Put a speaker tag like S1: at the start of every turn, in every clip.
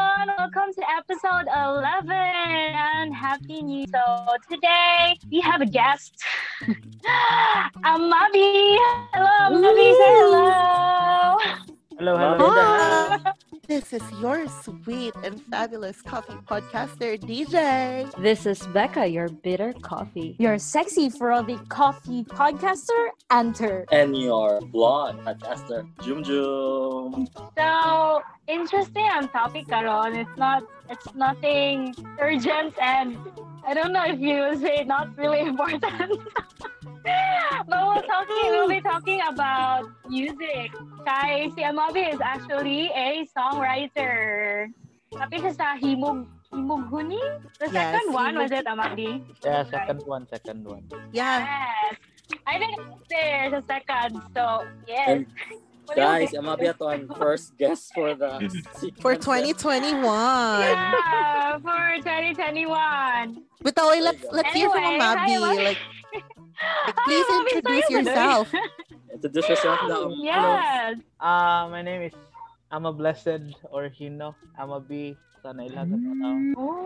S1: welcome to episode 11 and happy new year. So today we have a guest. I'm Mavi. Hello, Mavi. Say hello.
S2: Hello, hello.
S3: Hi! This is your sweet and fabulous coffee podcaster, DJ.
S4: This is Becca, your bitter coffee.
S5: Your sexy frothy coffee podcaster, Enter.
S2: And your blonde podcaster, Jum Jum.
S1: So interesting ang topic karon. It's not it's nothing urgent and I don't know if you would say not really important. but we'll talking we'll be talking about music. Kay si Amabi is actually a songwriter. Tapi siya sa Himog Himog Huni? The
S3: Yes,
S1: second one
S3: Himog-
S1: was it Amabi?
S2: Yeah, second one, second one.
S3: Yeah.
S1: Yes. I didn't say the second, so yes.
S6: And
S1: What do you
S6: Guys,
S1: think?
S6: I'm happy to ang first guest for the
S3: For 2021.
S1: Yeah, for 2021.
S3: But okay, let's let's hear from
S1: Anyway, hi,
S3: Mabi.
S1: Mabi.
S3: Like, like, please
S1: Hi, Mabi, tayo
S3: introduce
S1: ba
S3: yourself.
S6: Introduce yourself now.
S1: Yes.
S2: Uh, my name is Ama Blessed or Hino. Ama B. Sana ilahat ang mga tao.
S1: Ooh.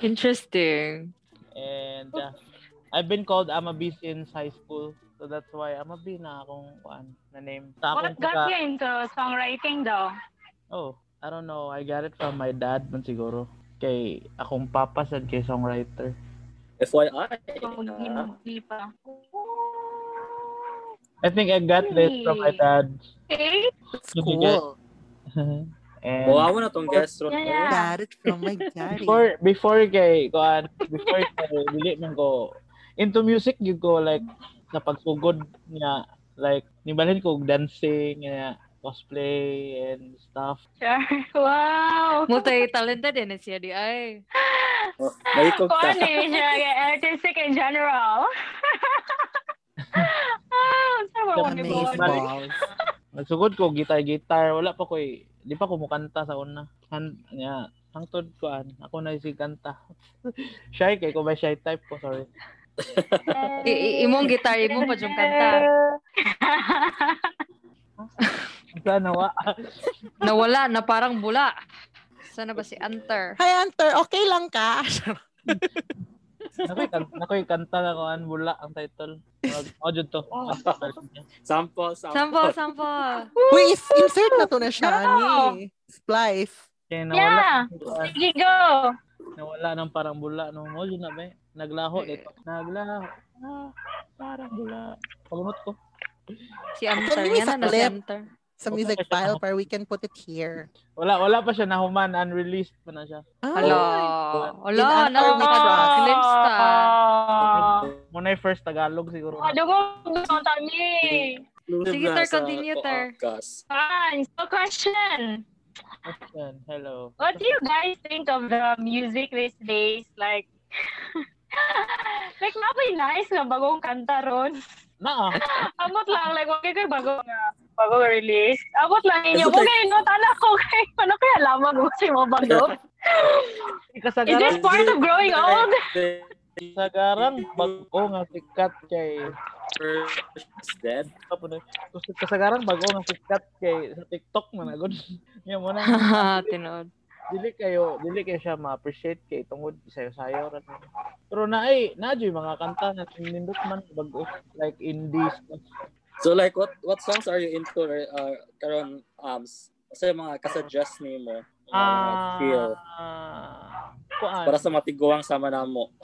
S4: Interesting.
S2: And uh, I've been called Ama B since high school. So that's why Ama B na akong kuan na name. Sa akong
S1: What got
S2: pagka-
S1: you into songwriting though?
S2: Oh, I don't know. I got it from my dad man siguro. Kay akong papa sad kay songwriter.
S6: FYI.
S1: Kung
S6: ah,
S1: hindi pa.
S2: I think I got this from my dad.
S1: Okay.
S3: It's
S2: You can
S3: cool.
S2: And
S6: Bawawa na tong guest room.
S1: Yeah.
S3: Got it from my daddy.
S2: before before kay kuan before kay dili man ko into music you go like sa pagsugod niya like nibalhin ko og dancing niya cosplay and stuff
S1: Sure. Wow.
S4: Multi-talented din siya di ay.
S6: Oh, Mahikog ka.
S1: Funny siya. yeah, Artistic in general. Ah, saan mo ako
S3: Amaze
S1: nag-uwan?
S2: Balik.
S3: balls.
S2: nagsugod ko guitar guitar wala pa koy di pa ko mukanta sa una han niya hangtod kuan ako na si kanta shy kay ko ba shy type ko sorry
S4: I- i- imong guitar, imong pa yung kanta.
S2: sana wa
S4: Nawala na parang bula. Sana ba si Enter?
S3: Hi, Hunter. Okay lang ka?
S2: nakoy kan- nakoy kanta na kuan bula ang title oh jud to
S6: Sample, sample.
S4: Sample, sample.
S3: Wait, is- insert na to na siya
S1: No.
S3: ni Splice.
S2: kay nawala
S1: Yeah.
S2: kuan.
S1: Sige, go.
S2: Nawala ng parang bula nung mo yun na ba? eh. Naglaho dito. Naglaho. Ah, parang bula. Pagumot ko.
S4: Si Enter.
S3: Can we
S4: Yan na, na si
S3: clip?
S4: Enter.
S3: Sa music file para we can put it here.
S2: Wala wala pa siya nahuman, unreleased pa na siya.
S3: Oh,
S4: Hala.
S3: Yun,
S4: Hala,
S3: Enter,
S4: na
S3: next round.
S4: glimpse ta.
S2: Muna yung first Tagalog siguro.
S1: Ano Ah. mo gusto tani?
S4: Sige, sir, continue, sir.
S6: Gas.
S1: Fine. So question.
S2: Ayan, Hello.
S1: What do you guys think of the music these days? Like, like napay nice nga bagong kanta ron.
S2: Na ah.
S1: Amot lang, like, wag kayo bago nga bago release. Amot lang ninyo.
S6: It's
S1: Huwag
S6: like-
S1: kayo no, tala ko kay Ano kaya lamang mo si mo bago? Is
S2: Kasagaran.
S1: this part of growing old?
S2: Kasagaran. Bago nga sikat kay...
S6: Is dead.
S2: Kasagaran bago nga sikat kay sa TikTok mo na. Good. Yan mo na.
S4: Haha, Tinod.
S2: dili kayo dili kayo siya ma-appreciate kay tungod sayo-sayo ra to. pero na ay na jud mga kanta na nindot man bago like indie stuff
S6: So like, what what songs are you into? Uh, karon, um, sa mga kasuggest ni mo. Ah. Feel.
S2: ah kuan
S6: Para sa matiguang sama na mo.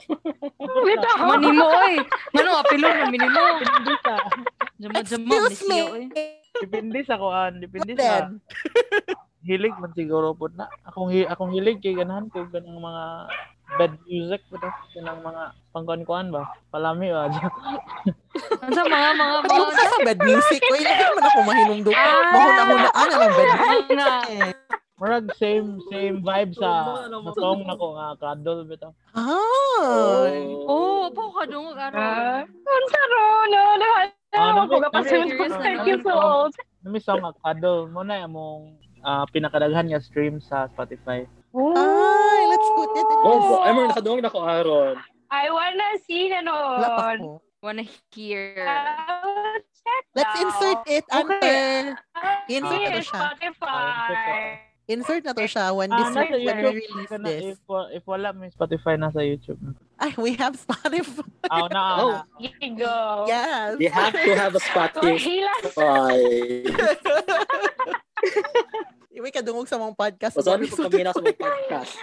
S1: Bito.
S4: Manimo, oy. Mano, apilo na minimo.
S2: depende sa
S4: Jamo-jamo.
S3: Excuse me.
S4: ni siya, ya, oy.
S3: eh.
S2: depende sa kuan depende
S3: What
S2: sa hilig man siguro po na akong hi- akong hilig kay ganahan ko ganang mga bad music po na ganang mga pangkuan-kuan ba palami ba
S4: Ano sa mga, mga,
S3: Ano
S4: mga,
S3: ka sa bad music? Wait, hindi man ako mahinungdog.
S4: Ah!
S3: Mahuna-hunaan na ng bad
S4: mga,
S3: music.
S2: murag same same vibe sa,
S6: Ano mo, ano mo?
S2: sa song na ko nga kadol bitaw
S3: Oh.
S4: oh, po ka dungog,
S1: Ah,
S4: ano?
S1: Unsa ron? Ano?
S2: Ah,
S1: Ano? Ano?
S2: nabi-
S1: Pagkapasun ko
S4: nabi-
S1: sa you so
S2: nabi-
S1: old.
S2: Nami sa mga cuddle mo na among ah, pinakadaghan nga stream sa Spotify.
S3: Ay, let's put it in
S6: Oh,
S3: this.
S6: bo- ay, meron nakaduwang na ko, Aaron.
S1: I wanna see ano, na
S3: Wala pa
S1: noon.
S3: ko.
S4: Wanna hear.
S1: I'll check
S3: Let's
S1: now.
S3: insert it
S1: Okay.
S3: under.
S1: Ah,
S3: Insert
S1: here,
S3: na siya.
S1: Spotify.
S3: Insert na to siya when
S2: Ah,
S3: this
S2: nasa
S3: when we
S2: YouTube.
S3: release
S2: Kana-
S3: this.
S2: If, wa- if wala, may Spotify nasa YouTube.
S3: Ay, we have Spotify.
S2: Ah, na, ah,
S6: Oh.
S2: na.
S1: Gigo.
S3: Yes.
S6: They have to have a Spotify.
S1: Kuhilas.
S3: Iwi ka dungog sa mong podcast.
S6: What's on po kami na sa mga podcast?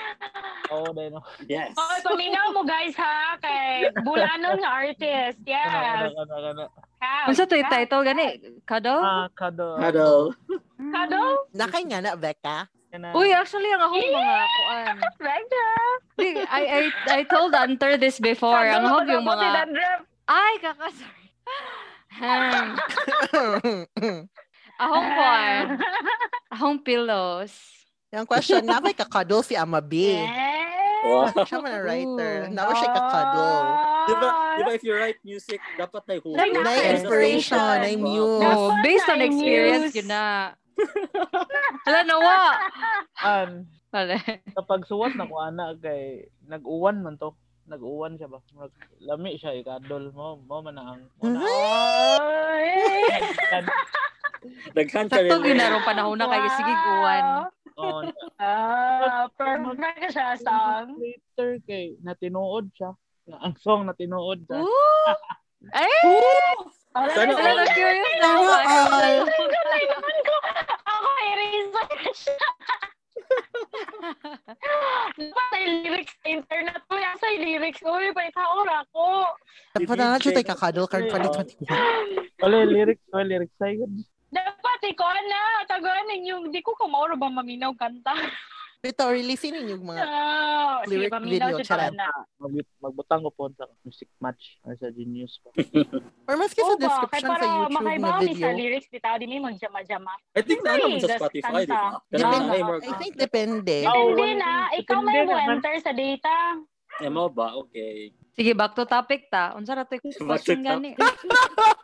S2: Oo, dahil no.
S6: Yes.
S1: Oh, tumingaw mo guys ha kay Bulanon nga artist.
S2: Kana-
S1: Yes.
S2: kana- kana- kana.
S1: Have.
S4: Unsa to yung Ano title gani?
S3: Oh.
S4: Kado?
S2: ano, Ah, kado.
S6: Hello.
S1: Kado?
S3: Nakay nga na, Becca.
S2: Kana-
S3: ah.
S4: Uy, actually ang akong mga kuan.
S1: Vector.
S4: Di, I I I told Hunter this before. Ang hog ano, yung mga Ay, kaka sorry. Hmm. Ahong kuan. Ahong pillows.
S3: Yung question, napay kakadol si Ama B.
S6: Wow.
S3: Siya man ang writer.
S4: Ooh.
S3: Nawa siya kakadol.
S6: Di ba, di ba if you write music, dapat na yung
S4: Like,
S3: Na
S1: Yes.
S3: inspiration, na
S1: Yes.
S3: muse.
S4: Oh,
S1: Dapat
S4: based on
S1: na
S4: experience
S1: news.
S4: yun na. Hala nawa.
S2: An,
S4: Wala.
S2: kapag suwas na ko ana kay nag-uwan man to. Nag-uwan siya ba? Murag, lami siya ikadol mo. Mo man na ang una.
S1: Ah.
S2: Kan-
S6: Daghan ka
S4: Sakto
S6: rin.
S4: ginaro panahon na kayo. Sige, guwan.
S2: Oo,
S1: Ah, perfect ka siya song.
S2: later kay natinood siya. Na, ang song natinood siya.
S4: Ooh! Ay!
S1: Oh,
S6: Sana
S4: Wala na
S6: all.
S4: curious na
S3: Sana
S4: ako.
S3: all.
S1: Nalaman ko, ako i-research siya. Dapat ay lyrics sa internet. Uy, asa yung lyrics? Uy, may taora ko.
S3: Dapat na siya tayo kakadol karon
S2: Yes.
S3: 2021.
S2: Wala lyrics, wala lyrics ay gud.
S1: Dapat ikaw na. Taganin yung, di ko kumauro ba maminaw kanta.
S3: Ito, releasein ninyo oh, yung mga
S1: Ah, sige,
S3: Lyric video,
S1: maminaw si
S3: charot.
S1: Tagana.
S2: Mag- magbutang ko po sa music match or sa Genius pa.
S3: Or maski
S1: Oh,
S3: sa description sa YouTube na
S1: makaibaw ni
S3: video.
S1: sa lyrics, di tao din yung magjama-jama.
S6: I think na naman sa Spotify, di ba? Kaya
S3: Depende.
S6: na yung
S3: I think depende.
S2: Oh,
S1: Depende
S2: wala
S1: na.
S2: din.
S1: Ikaw may
S2: Depende naman.
S1: mo-enter sa data.
S6: Emo ba? Okay.
S4: Sige, back to topic ta. Unsa ra to yung
S6: to
S4: question gani?
S6: topic.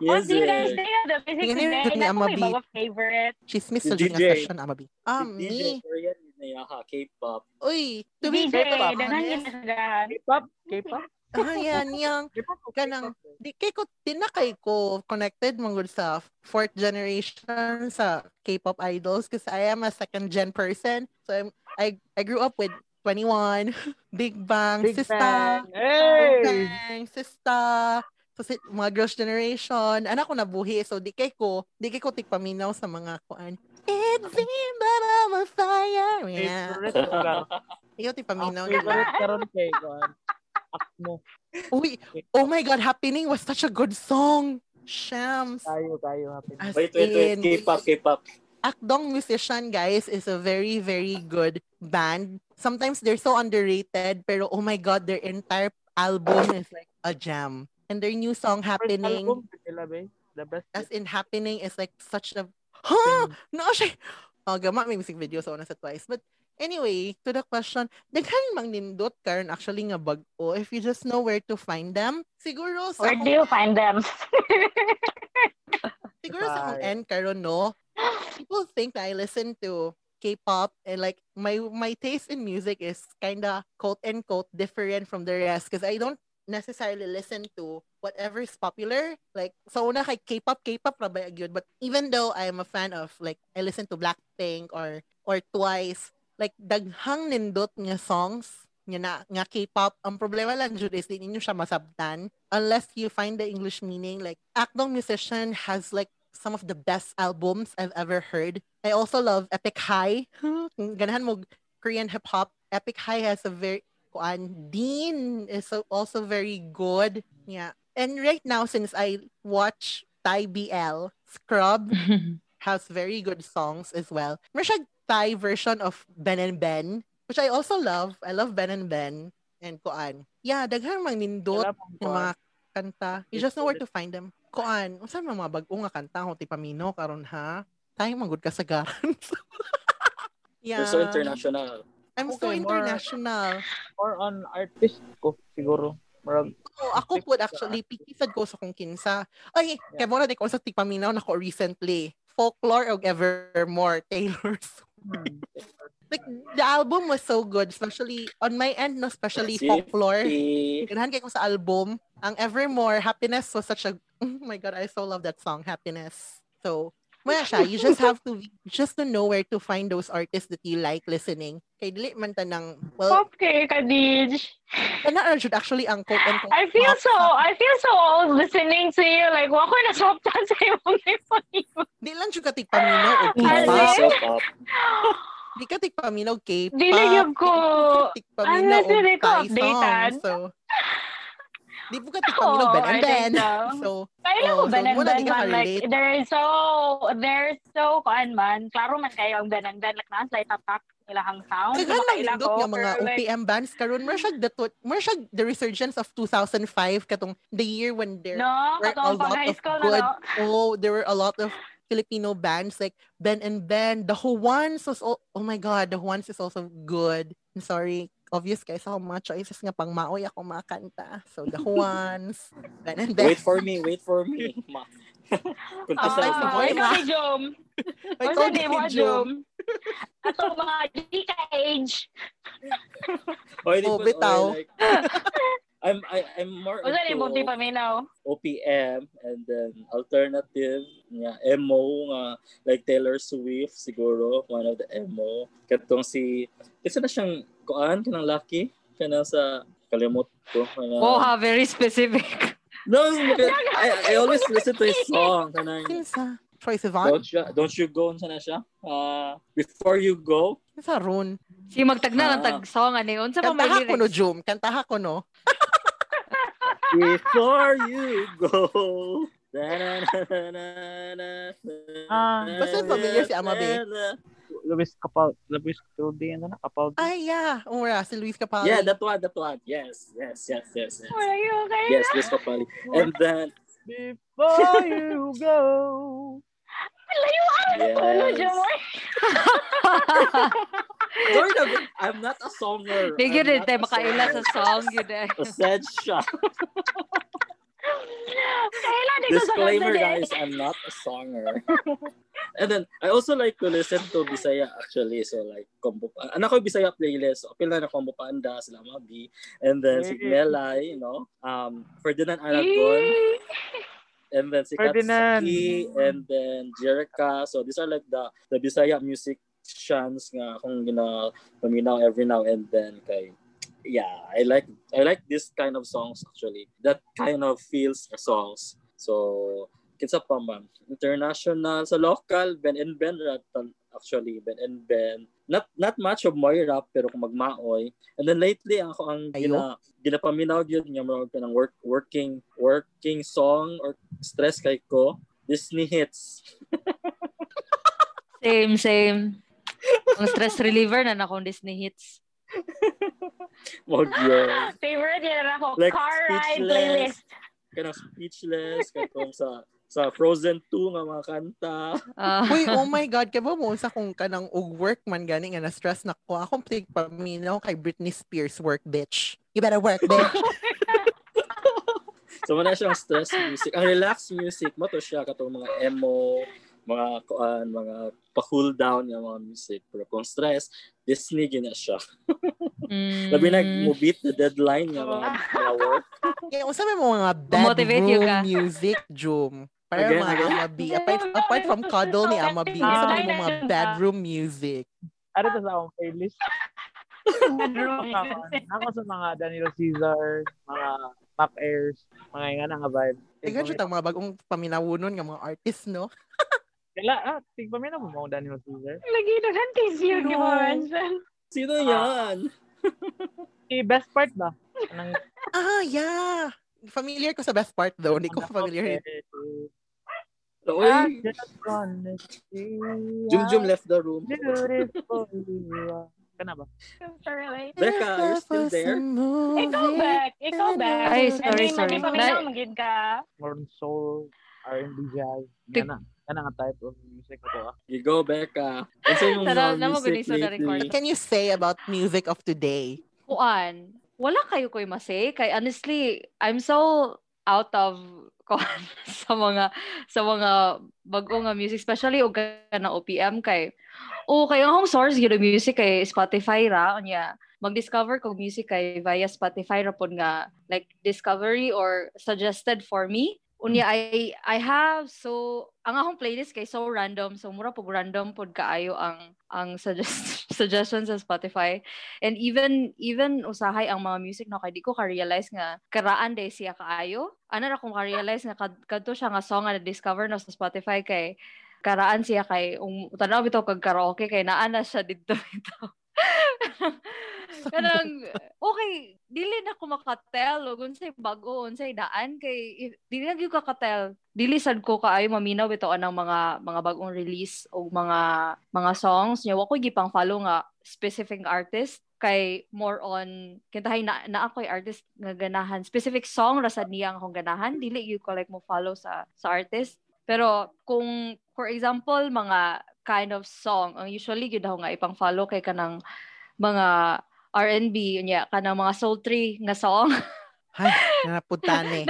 S1: Yes,
S6: Yes,
S1: oh, guys,
S6: eh.
S1: they have the physics
S3: Tingnan
S1: today.
S3: niyo ni Ama
S1: Naku, may
S3: B.
S1: mga favorite.
S3: Chismis sa
S6: DJ.
S3: Junior Session, Ama B. Ah,
S6: DJ
S3: me.
S6: Korean yun na yun, ha, K-pop.
S3: Uy, to be
S1: DJ,
S3: perfectly
S1: danan yun
S3: honest,
S1: nasagahan.
S2: K-pop, K-pop,
S3: ah, yan, yung
S2: K-pop. o
S3: Kanang-
S2: K-pop?
S3: di kay ko tinakay ko connected mangod sa fourth generation sa K-pop idols because I am a second gen person. So I'm, I I grew up with 21, Big Bang,
S2: Big
S3: Sista,
S2: Bang. Hey!
S3: Big Bang, Sista. So si, mga girls generation, anak ko nabuhi. So di kay ko, di kay ko tigpaminaw sa mga kuan. It seems that I'm a fire. Yeah.
S2: Favorite ko karon.
S3: Di ko
S2: Ang
S3: tigpaminaw. na.
S2: favorite karon kay kuan. Akmo
S3: Uy, oh my God, Happening was such a good song. Shams.
S2: tayo tayo happy.
S3: As
S6: Wait, wait, wait.
S3: in,
S6: K-pop, K-pop.
S3: Akdong Musician, guys, is a very, very good band. Sometimes they're so underrated, pero oh my God, their entire album is like a jam. And their new song,
S2: First album
S3: Happening,
S2: nila ba? The best.
S3: as in Happening, is like such a... Huh? No, siya! Oh, gama, may music video sa una sa twice. But anyway, to the question, daghan mang nindot karon actually nga bag-o if you just know where to find them. Siguro sa
S1: Where do you find
S3: uh,
S1: them?
S3: siguro sa akong
S2: Right.
S3: end karon no people think that I listen to K-pop and like my my taste in music is kind of quote and quote different from the rest because I don't necessarily listen to whatever is popular like so una kay K-pop K-pop na ba yun but even though I'm a fan of like I listen to Blackpink or or Twice like daghang nindot nga songs nga na nga K-pop ang problema lang jud is di ninyo siya masabtan unless you find the English meaning like Akdong Musician has like some of the best albums I've ever heard. I also love Epic High. Ganahan mo Korean hip hop. Epic High has a very kuan Dean is so- also very good. Yeah. And right now since I watch Thai BL, Scrub has very good songs as well. Meron siyang Thai version of Ben and Ben, which I also love. I love Ben and Ben and kuan. Yeah, daghang mang nindot
S2: Wala pang
S3: yung
S2: kuan.
S3: mga kanta. You just know where to find them. Koan, unsa man mga bag-o nga kanta ko ti pamino karon ha? Tayo manggood ka sa garan. yeah.
S6: They're so international.
S3: I'm so
S2: Okay, more-
S3: international.
S2: Or on artist ko siguro. Murag
S3: Oo, Oh, ako po actually picky sad ko sa kung kinsa. Ay, kay mo na di ko sa ti paminaw nako recently. Folklore og Evermore Taylor Swift. Like the album was so good, especially on my end, no, especially
S6: See?
S3: Folklore.
S6: Si-
S3: Ganahan kay ko sa album. Ang Evermore, Happiness was such a... Oh my God, I so love that song, Happiness. So, Wala siya. You just have to you just to know where to find those artists that you like listening. Kay dili man ta ng well,
S1: Okay, Kadij.
S3: kana ra jud actually ang quote and
S1: I feel so, I feel so old listening to you. Like, wako na soptan sa imong iPhone.
S3: Di lang jud ka tigpaminaw og
S1: Ay,
S3: K-pop.
S1: Kasi-
S6: So pop.
S3: Di ka tigpaminaw og K-pop.
S1: Dili yun ko.
S3: tigpaminaw
S1: Unless hindi
S3: og
S1: ko
S3: Thai
S1: updated.
S3: songs. So, di po ka tigpaminaw
S1: Oo, Oh, I think
S3: ben and ben.
S1: so.
S3: So,
S1: Kailan
S3: Oh,
S1: ko
S3: so
S1: banandan
S3: wala, di ka
S1: man? Like,
S3: relate.
S1: they're so, they're so, kuan man. Klaro man kayo ang banandan. Like, nasa like, tatak ilahang sound. Diba
S3: Daghan ng
S1: Makaila
S3: indot
S1: ko,
S3: nga mga
S1: pero, like,
S3: OPM bands karon more siya the more siya the resurgence of 2005 katong the year when there
S1: No,
S3: were a
S1: katong pag
S3: lot
S1: high
S3: of
S1: school na
S3: good
S1: no.
S3: oh there were a lot of Filipino bands like Ben and Ben the Juans was all, oh my god the Juans is also good I'm sorry obvious guys ako mga choices nga pang maoy ako makanta so the Juans Ben and Ben
S6: Wait for me, wait for me. Ma. Punta
S1: Ah,
S6: sa
S3: Aside from
S1: uh,
S3: Voice,
S1: ikaw ni Jom.
S3: Wait,
S1: Unsa
S3: kung
S1: ni
S3: di
S1: mo,
S3: joke.
S1: Jom? Ato mga di ka age.
S6: Oh, hindi
S3: Oh,
S6: po-
S3: bitaw.
S6: okay, like, I'm I, I'm more
S1: Unsa ni mo, di
S6: into
S1: paminaw?
S6: OPM and then alternative nga emo nga like Taylor Swift siguro one of the emo katong si kasi na siyang kuan kanang lucky kanang sa kalimot ko kanang,
S4: Oh, ha, very specific.
S6: no I, I always listen to his song kanang
S3: kinsa Troy Sivan
S6: don't you don't you go unsa na siya uh, before you go
S3: kinsa Ron
S4: Si magtagna ng
S6: Ah.
S4: tag-song, ano yun? Sa pa may
S3: kantaha ko no
S4: lyrics?
S3: Jom kantaha ko no
S6: Before you go. Da-na-na-na-na-na.
S2: Ah,
S3: basta familiar si Ama Bay.
S2: Luis Capal, Luis Capaldi, ano na? Capaldi.
S3: ay yeah ora si Luis Capaldi
S6: Yeah, that one, that one. Yes, yes, yes, yes, yes.
S1: Wala yun, okay?
S6: Yes, Luis Capaldi. And then,
S2: Before you go.
S1: Layo ang tulo, ano, Jom.
S6: yes.
S1: oy.
S6: Sorry, na- I'm not a songer.
S4: Di
S6: I'm
S4: yun eh,
S6: not
S4: tayo
S6: a
S4: makaila sa
S6: songer.
S4: song yun eh.
S6: A sad shot.
S1: Kailan di ko sa eh.
S6: Disclaimer,
S1: ganda
S6: guys, I'm not a songer. And then, I also like to listen to Bisaya actually. So like, combo pa. Anak ko Bisaya playlist. So, pila na combo paanda, sila mabi. And then, si Melay, you know, um, Ferdinand Aragon. And then si
S2: Ferdinand.
S6: Katsuki. And then Jerica. So these are like the, the Bisaya music chants nga kung gina, paminaw every now and then kay yeah, I like I like this kind of songs actually. That kind of feels the songs. So kinsa pa man international sa local Ben and Ben ra tal- actually Ben and Ben not not much of my rap pero kung magmaoy and then lately ako ang gina, ginapaminaw yun nga mga ng work working working song or stress kay ko Disney hits
S4: Same, same. Ang stress reliever na nakong Disney hits.
S6: mo gyud
S1: Favorite yun ako.
S6: Like,
S1: Car ride
S6: Speechless.
S1: playlist.
S6: kanang speechless katong sa sa Frozen 2 nga mga kanta
S4: Ah.
S3: Uy, oh my God, kaya ba mo sa kung kanang og work man gani nga na-stress na ko. Akong tigpaminaw kay Britney Spears work, bitch. You better work, bitch.
S6: So wala siyang stress music. Ang relaxed music mo to siya katong mga emo, mga kuan, mga pa-cool down yung mga music. Pero kung stress, Disney gina siya.
S4: Mm.
S6: Labi na mo beat the deadline nga mga, mga work.
S3: Kaya unsa may mga
S4: Motivate you
S3: bedroom
S4: ka.
S3: music, Jom. Para
S6: Again,
S3: mga
S6: again.
S3: Ama B. Apart, apart from cuddle ni Ama B, unsa may mga
S4: Ah.
S3: bedroom music?
S2: Ano to sa akong playlist? Ako sa mga Danilo Caesar, mga Mac Airs, mga nga na nga vibe.
S3: Tigan siya tang mga bagong paminawunon nga mga artist, no?
S2: Kala, ah, tigpa mo na mo mga Danilo Caesar.
S1: Lagi na hantis yun, di ba, Ranjan?
S6: Sino yan?
S2: Si best part ba? Anong
S3: Ah, yeah. Familiar ko sa best part though. Hindi ko familiar.
S6: So,
S2: Ah,
S6: oy,
S2: just wanna see
S6: Jumjum left the room.
S2: Beautiful you are. Kana ba?
S1: Sorry.
S6: Becca, are you still there?
S1: Ikaw back. Ikaw back.
S4: Ay,
S1: Ano
S4: sorry,
S1: yung
S4: sorry.
S1: mga paminaw, magid ka.
S2: Modern soul, R&B jazz.
S4: Tig-
S2: Kana, kana nga type of music ko. ah.
S6: You go, Becca. Ano sa yung
S4: Tara,
S6: mga
S4: na mo
S6: music
S4: binisod na record.
S6: lately?
S3: What can you say about music of today?
S4: kuan, wala kayo ko'y masay. Kay honestly, I'm so out of kuan sa mga sa mga bago nga music especially og na OPM kay o kay ang home source gyud ang music kay Spotify ra unya mag-discover kog music kay via Spotify ra pod nga like discovery or suggested for me unya I I have so ang akong playlist kay so random so mura pag random pod kaayo ang ang suggest, suggestions sa Spotify and even even usahay ang mga music na kay di ko ka-realize nga karaan day siya kaayo ana ra kong ka-realize nga kad, kadto siya nga song nga na discover na sa Spotify kay karaan siya kay um, tanaw bitaw kag karaoke kay naa na siya didto bitaw Kanang, okay, dili na ko makatel o unsay bago, unsay daan kay if, dili na gyud ka katel. Dili sad ko kaayo maminaw bitaw anang mga mga bagong release o mga mga songs nya wa ko gipang follow nga specific artist kay more on kintahay na, na ako'y artist nga ganahan specific song ra sad niya ang akong ganahan dili gyud ko like mo follow sa sa artist pero kung for example mga kind of song ang usually gyud ako nga ipang follow kay kanang mga R&B unya kanang mga sultry nga song
S3: Ay, eh. nanapunta ni.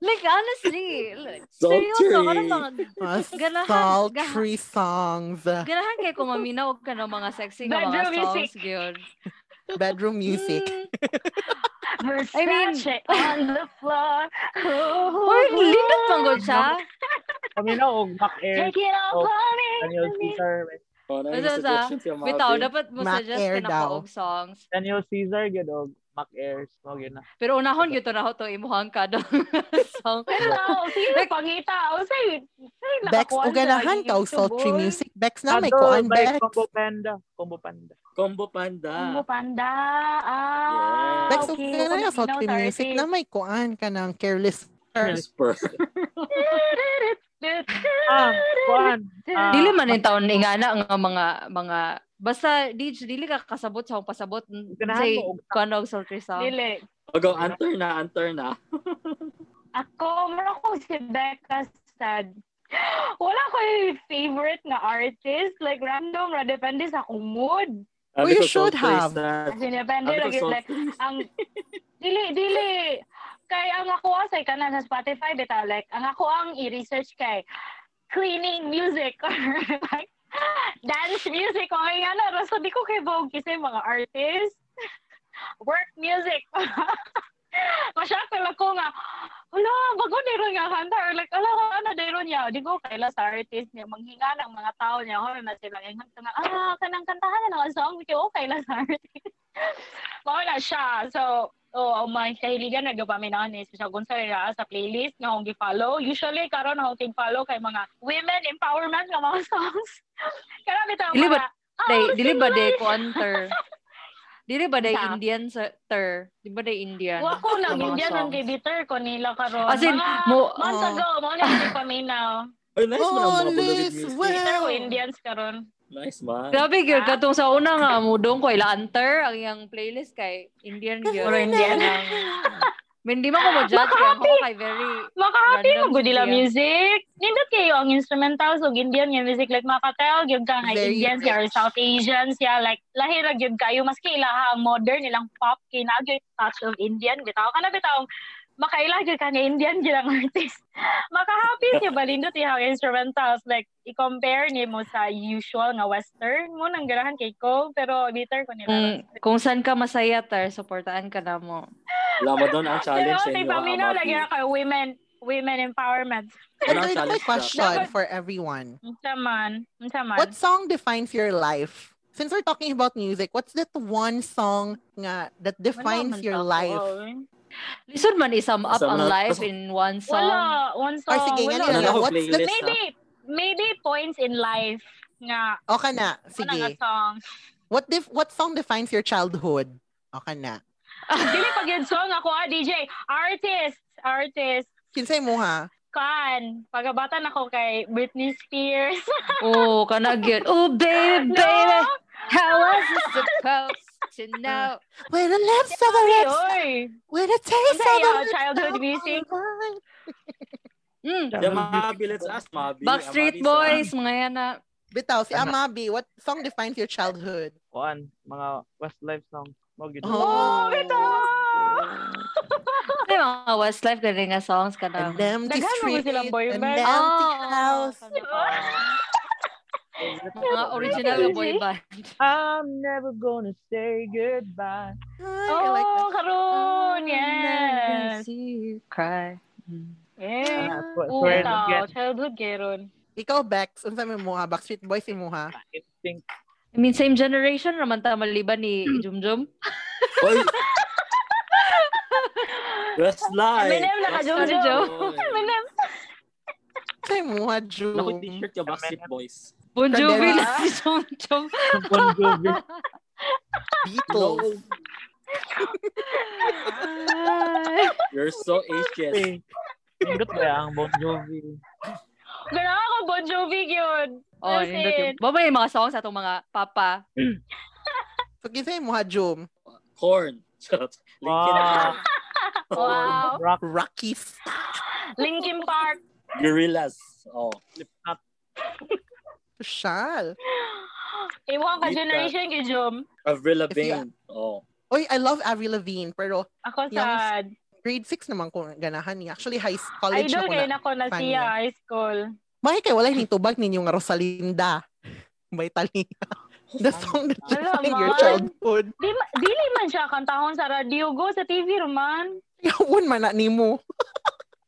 S4: like honestly like,
S6: Sultry.
S4: seryoso kanang mga
S3: Mga
S4: Ganahan,
S3: sultry songs.
S4: ganahan kay kung maminaw og kanang mga sexy nga mga
S1: Bedroom
S4: songs
S1: music.
S4: gyud
S3: Bedroom music.
S4: Mm,
S1: Versace
S4: I mean-
S1: on the floor.
S4: Or lindot man gud siya.
S2: Kami na, og back air.
S1: Take it all
S2: Oh,
S1: from
S2: Daniel
S1: me.
S2: Caesar.
S6: Oh, na yung
S4: Basta sa-
S6: suggestions yung mga
S4: Bitaw,
S6: babe.
S4: dapat mo
S3: Mac
S4: suggest
S3: Air
S4: ka na
S3: daw.
S4: og songs.
S2: Daniel Caesar, yun, og back air. oh, gitu. So, yun na.
S4: Pero unahon yun to na to imuhang ka daw song.
S1: Pero, sino pangita? O, Oh, say, say,
S3: Bex,
S1: Hmm, nakakuha
S3: o ganahan
S1: sa
S3: ka o
S1: YouTube,
S3: sultry
S1: boy.
S3: music. Bex na, may
S2: Ano,
S3: koan,
S2: by
S3: Bex.
S2: Combo Panda. Combo Panda.
S6: Combo Panda.
S1: Combo Panda. Ah,
S6: Yes.
S3: Bex, o
S1: okay.
S3: ganahan ka
S1: Filipino
S3: sultry music
S1: artist.
S3: na, may koan ka ng careless.
S6: Whisper.
S2: Ah, kuan. Ah,
S4: Dili man yung taon ingana nga mga mga basta Dij, dili ka kasabot sa akong pasabot
S2: Ganahan
S4: say
S2: mo og-
S4: kono og sultry song.
S1: Dili.
S6: O, Oh, go, anter na, anter na.
S1: Ako, mara ko si Becca Sad. Wala ko yung favorite na artist. Like, random, ra, depende sa akong mood.
S6: Ano ko,
S3: you should
S6: Sultry
S3: have.
S1: As
S6: Sad.
S1: in, depende
S6: Ano
S1: lagi.
S6: to,
S1: Like, ang, dili, dili. Kay ang ako sa kanan sa Spotify, bitaw, like, ang ako ang i-research kay cleaning music or like, dance music. O kaya nga na, so di ko kay Vogue kasi mga artist, work music. Masyakal ako nga, wala, bago dero nga kanta or like, ala ka na dero niya. Di ko kaila sa artist niya, manghinga ng mga tao niya. Hoy, na sila, yung kanta nga, ah, kanang kantahan na ng song, di ko kaila sa artist. Mawala siya. So, oh, ang mga kahiligan na gapaminan is sa kung sa'yo na ah, sa playlist na akong follow Usually, karon akong follow kay mga women empowerment nga mga songs. Karami tayo
S4: Dili
S1: mga,
S4: Day,
S1: "Oh,
S4: dili ba day
S1: single."
S4: kuan ter? Dili ba day
S1: Sa-
S4: Indian sa ter? Di ba day Indian?
S1: Wa ko lang,
S4: Mga
S1: yun dyan ang
S4: songs.
S1: editor ko nila karon.
S4: As in,
S1: Mga
S4: mo-
S1: months
S3: Oh.
S1: ago, mo na yung paminaw.
S6: Oh, nice man ang mga
S3: All
S6: bulugid
S3: is
S6: music.
S3: well.
S1: Editor ko Indians karon.
S6: Nice man.
S4: Grabe gyud
S1: Ah.
S4: katong sa una nga mudong ko ila anter ang iyang playlist kay Indian gyud.
S1: Puro Indian.
S4: Ang- Min di man ko mo judge kay ang ako kay very
S1: Makahati
S4: Random
S1: mo good nila
S4: siya.
S1: music. Nindot kayo ang instrumental so Indian nga music like makatel gyud ka nga
S3: Very
S1: Indians ya or
S3: rich.
S1: South Asians ya like lahi ra gyud kayo maski ilaha ang modern ilang pop kay na gyud touch of Indian bitaw kana bitaw makaila gyud ka nga Indian gyud ang artist. Makahappy siya balindot iya ang instrumentals like i-compare ni mo sa usual nga western mo nang ganahan kay ko pero bitter ko nila.
S4: kung, kung saan ka masaya ter suportahan ka na mo.
S6: Lama doon ang challenge
S1: Pero,
S6: sa inyo.
S1: diba, minaw lagi
S6: Ano
S1: ako women women empowerment.
S6: ang
S3: Android, my
S6: challenge ka?
S3: question for everyone.
S1: Unsa man, unsa man.
S3: What song defines your life? Since we're talking about music, what's that one song nga that defines your life?
S4: Listen man, isum up
S6: Isum
S4: ang
S6: up.
S4: life in one song.
S1: Wala, one song.
S3: Or sige,
S1: wala.
S3: nga nila
S6: Wala
S3: lang,
S6: ko
S3: what's the...
S6: playlist.
S1: Maybe, maybe points in life nga.
S3: Okay na,
S1: Sige. Nga
S3: sige.
S1: song.
S3: What def what song defines your childhood? Okay na.
S1: Dili pag yun song ako ah, DJ. Artist, artist.
S3: Kinsay mo ha?
S1: Kan, pagabatan ako kay Britney Spears.
S4: Oh, kana gyud. Oh, baby, baby.
S1: No?
S4: How was I supposed to know?
S3: With the lips of a
S1: Ay,
S3: lips,
S1: oy.
S3: with the taste
S1: Kinsay,
S3: of a
S1: ah, childhood music?
S4: Mm.
S6: Yeah, Mabi, let's ask Mabi. Amabi
S4: Backstreet
S6: sa-
S4: Boys, mga yan na.
S3: Bitaw, si
S2: Ano?
S3: Amabi, what song defines your childhood?
S2: Kuan, mga Westlife song. gitu. Mo gid.
S1: Oh, ito.
S3: Ah.
S4: May mga Westlife galing nga songs ka na.
S3: An empty
S1: Daghan mo
S3: street,
S1: silang boy
S3: an
S1: band. Ah.
S3: empty house.
S4: Mga original ya, na boy band.
S2: I'm never gonna say goodbye.
S3: Ay, I like
S1: Oh,
S3: that.
S1: karon.
S4: I'm never gonna
S1: Yes.
S4: see you cry.
S1: Yeah.
S2: Ah, swear-
S4: oo,
S2: swear na
S1: Tao,
S2: yan.
S1: childhood geron.
S3: Ikaw, Bex, unsa may muha? ah, Backstreet Boys imuha.
S2: Instinct.
S4: I mean, same generation raman ta maliban ni
S6: Hmm.
S4: Jumjum.
S6: Oy! Westlife!
S1: Eminem, naka-jumjum. Eminem.
S3: Unsay muha, Ju?
S6: Naku-t-shirt ka, Backstreet Boys.
S4: Bon Jovi
S3: Kandela.
S4: na si Jumjum.
S2: Bon Jovi.
S3: Beatles.
S4: Ay.
S6: You're so ancient.
S2: Pindot ba ang Bon Jovi?
S1: Ganun ako, Bon Jovi yun.
S4: oh,
S1: That's
S4: nindot yung...
S1: it.
S4: Babay yung mga songs atong mga papa.
S3: So, kinsay muha, Ju?
S6: Corn. Charot. Linkin
S2: Wow.
S6: Park.
S1: Wow.
S2: Rock
S3: Rockies.
S1: Linkin Park.
S6: Gorillas. Oh.
S2: Slipknot.
S3: Shal.
S1: Iwan ka
S6: Lita.
S1: generation kay Jom.
S6: Avril
S3: If you-
S6: Lavigne. Oh.
S3: Oy, I love Avril Lavigne, pero
S1: Ako
S3: Yung-
S1: sad.
S3: grade 6 naman ko ganahan niya. Actually, high s- college
S1: Idol
S3: na ko
S1: kayo
S3: na.
S1: na ko na
S3: fan
S1: siya
S3: niya.
S1: high school.
S3: Mahi kay wala ni tubag ninyo nga Rosalinda. May talinga. The song that defined your
S1: Wala man.
S3: childhood.
S1: Di, ma- dili man siya kantahon sa radio go sa TV roman.
S3: Yawon man na nimo.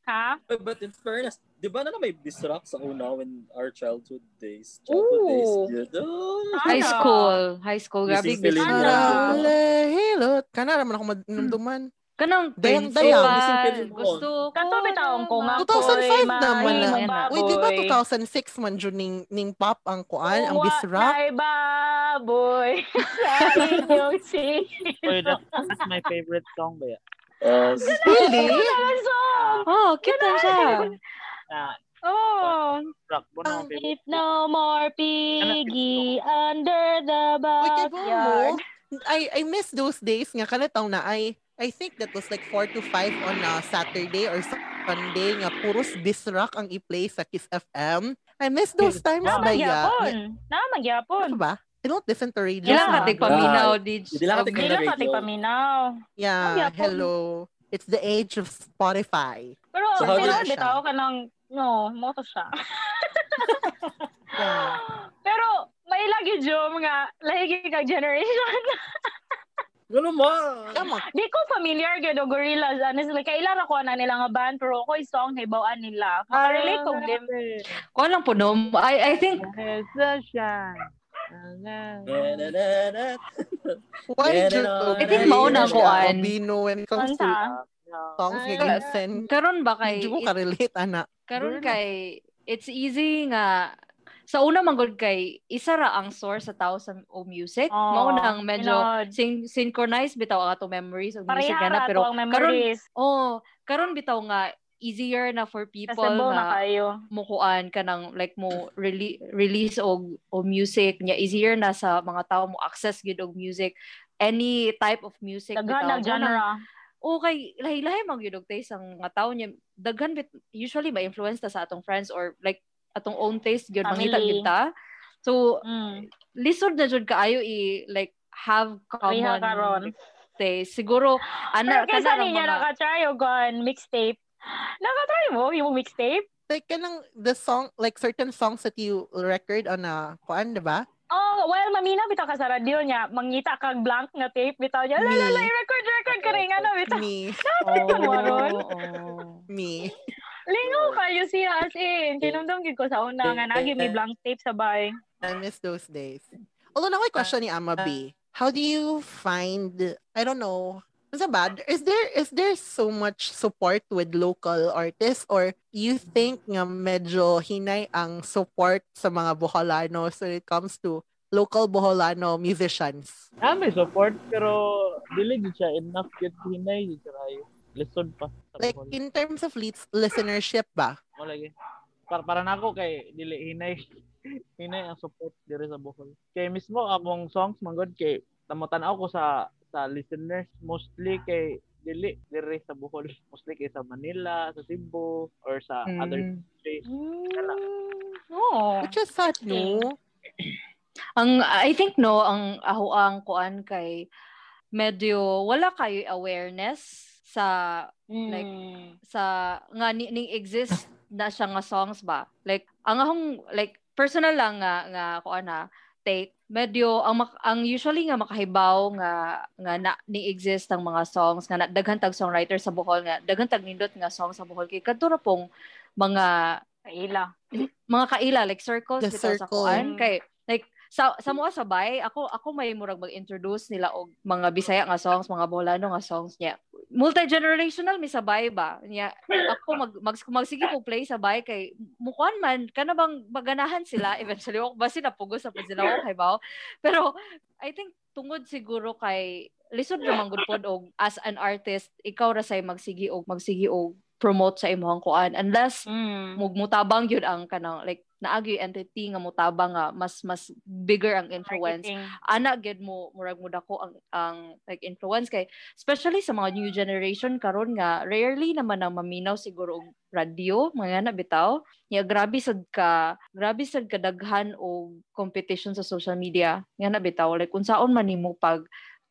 S1: Ha?
S6: But, but in fairness, di ba na na may disrupt sa una when our childhood days? Childhood
S1: Ooh.
S6: days. Yun. Oh.
S4: High
S1: Ano?
S4: school. High school. Grabe.
S6: This is Celine
S1: Ano?
S6: Dion.
S3: Alehilot. Kana naman ako madumduman.
S4: Kanang
S3: Dayang
S4: Prince
S3: daya,
S4: Ivan,
S6: Missing Pelion.
S4: Gusto ko.
S1: Kanto bitaw ko nga.
S3: 2005
S1: koy,
S3: naman
S1: maayo
S4: na.
S1: mong baboy.
S3: Uy, di ba 2006 man dyan ning, ning pop ang kuan, ang
S1: Uwa
S3: bisrap?
S1: na'y baboy. Sa inyong singing.
S2: Uy, that- that's my favorite song ba yan?
S6: Uh,
S3: Really?
S1: Ang song.
S4: Oh, cute
S1: Ano
S4: na siya.
S2: Na,
S1: Oh.
S2: rock mo na.
S3: Ang
S2: favorite.
S1: If no more piggy under the
S3: Uy, kay Bomo,
S1: backyard.
S3: I, I miss those days nga kanataw na ay I think that was like 4 to 5 on a Saturday or Sunday nga puros bisrock ang i-play sa Kiss FM. I miss those times
S1: Na
S3: ba ya?
S1: magyapon. Na magyapon.
S3: Ano ba? I don't listen to radio.
S4: Ilang
S1: Yeah.
S4: katig paminaw, Dij.
S6: Ilang katig
S1: Dili
S6: Radio.
S1: na patipaminaw.
S3: Yeah,
S1: Magyapon.
S3: hello. It's the age of Spotify.
S1: Pero
S6: So, how
S1: so,
S6: does-
S1: pero bitaw ka ng no, moto siya.
S3: Yeah.
S1: pero may lagi jom nga lahi kag generation.
S6: Ganun mo.
S3: Tama.
S1: Di ko familiar gyud og gorillas honestly kay ilan ako na nila nga band pero ako yung song hibawaan nila.
S4: Ah,
S1: Makarelate ko dim.
S4: Ko lang po, no? I, I think
S6: Na-na-na-na.
S3: Why
S6: Yeah,
S3: did
S6: no,
S4: I think mauna ko, an.
S3: Bino when it comes to
S1: Kanta.
S3: songs ni Ginsen.
S4: karon ba kay
S3: Hindi ko ka-relate, ana.
S4: karon kay it's easy nga sa una man gud kay isa ra ang source sa tao sa o music
S1: Oo,
S4: mao nang medyo
S1: Tinod.
S4: syn- synchronize bitaw ang ato memories og music
S1: Pareha
S4: gana
S1: ra
S4: pero
S1: to ang memories.
S4: oh karon bitaw nga easier na for people
S1: Accessible na
S4: nga
S1: kayo.
S4: mukuan ka ng like mo rele- release og o music nya easier na sa mga tao mo access gid og music any type of music
S1: Daghan ng
S4: bitaw. Oh, Mao nang-
S1: genre.
S4: okay, lahi-lahi magyudog tayo sa mga tao niya. Daghan bit, usually ba influence ta sa atong friends or like atong own taste gyud
S1: Family.
S4: mangita gyud ta. So,
S1: Mm.
S4: lisod na jud kaayo i like have
S1: Pareha
S4: common
S1: karon.
S4: taste. Siguro
S1: Pero
S4: ana
S1: kaysa
S4: kana ra
S1: ninyo
S4: mga
S1: nakatry o gun mixtape, nakatry mo yung mixtape?
S3: Like, kanang the song, like certain songs that you record on a, kuan, di ba?
S1: Oh, well, mamina bitaw ka sa radio niya, mangita kag blank nga tape bitaw niya.
S3: Me.
S1: Lala, lala, record, record ka rin, ano, bitaw.
S3: Me.
S1: Tumaron.
S4: oh, oh.
S3: Me.
S1: Lingaw kayo siya, as in, kinumdum gid ko sa una nga, nagi may blank tape sabay.
S3: I miss those days. Although na ako question ni Ama B. How do you find I don't know. Is that bad? Is there is there so much support with local artists or you think nga medyo hinay ang support sa mga Boholanos when it comes to local Boholano musicians?
S2: Ah, may support pero dili gid siya enough yet hinay gid siya kayo. Lisod pa sa
S3: Like
S2: call.
S3: in terms of leads, listenership ba?
S2: Mo lagi. Para para nako kay dili hinay hinay ang support diri sa Bohol. Kay mismo among songs manggod kay tamo tan-aw ko sa sa listeners mostly kay dili diri sa Bohol, mostly kay sa Manila, sa Cebu or sa other place.
S1: Oo.
S3: Which is sad, no?
S4: Ang I think no ang ahoang kuan kay medyo wala kayo awareness sa Like,
S1: Mm.
S4: sa nga ni, ning exist na siya nga songs ba like ang ahong like personal lang nga nga ko ana take medyo ang mak- ang usually nga makahibaw nga nga na, ni exist ang mga songs nga na, daghan tag songwriter sa Bohol nga daghan tag nindot nga song sa Bohol kay kadto ra pong mga
S1: Kaila.
S4: mga kaila like
S3: The
S4: circles bitaw sa
S3: circle.
S4: kuan kay like sa sa mga sabay ako ako may murag mag-introduce nila og mga Bisaya nga songs mga Boholano nga songs niya multi-generational may sabay ba niya ako mag, mag magsige ko play sabay kay mukuan man kana bang maganahan sila eventually ako basi napugos sa sila ako kay bao pero I think tungod siguro kay lisod ra man gud pod og as an artist ikaw ra say magsigi og magsigi og promote sa imong kuan unless
S1: Mm.
S4: mug mutabang yun ang kanang like naagi entity nga mutabang nga mas mas bigger ang influence
S1: Marketing.
S4: ana gid mo murag mo dako ang ang like influence kay especially sa mga new generation karon nga rarely naman ang maminaw siguro og radio mga na bitaw ya grabe sad ka grabe sad ka daghan og competition sa social media nga na bitaw like unsaon man nimo pag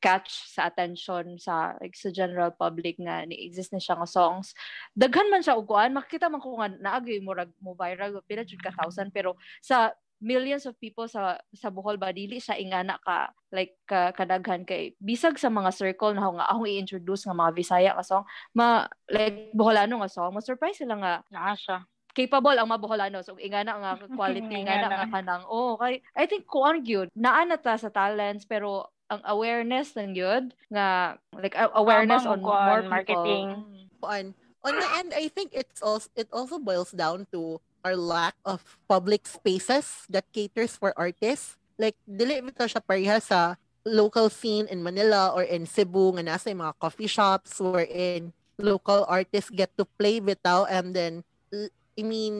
S4: catch sa attention sa like, sa general public nga ni exist na siya nga songs daghan man siya og kuan makita man ko nga naagi murag mo viral pila jud ka thousand pero sa millions of people sa sa Bohol ba dili sa ingana ka like ka, kadaghan kay bisag sa mga circle na ako nga akong i-introduce nga mga Bisaya nga song ma like Boholano nga song ma surprise sila nga
S1: Naa siya.
S4: capable ang mga Boholano so ingana nga quality ingana
S1: Ingana.
S4: nga kanang oh kay I think kuan gyud naa na ta sa talents pero ang awareness nang gyud nga like a- awareness
S1: Tamang
S4: on
S1: kuan,
S4: more people
S1: marketing.
S4: Mm.
S3: on on my end i think it's also it also boils down to our lack of public spaces that caters for artists like dili bitaw siya pareha sa local scene in Manila or in Cebu nga nasa yung mga coffee shops wherein local artists get to play bitaw and then l- I mean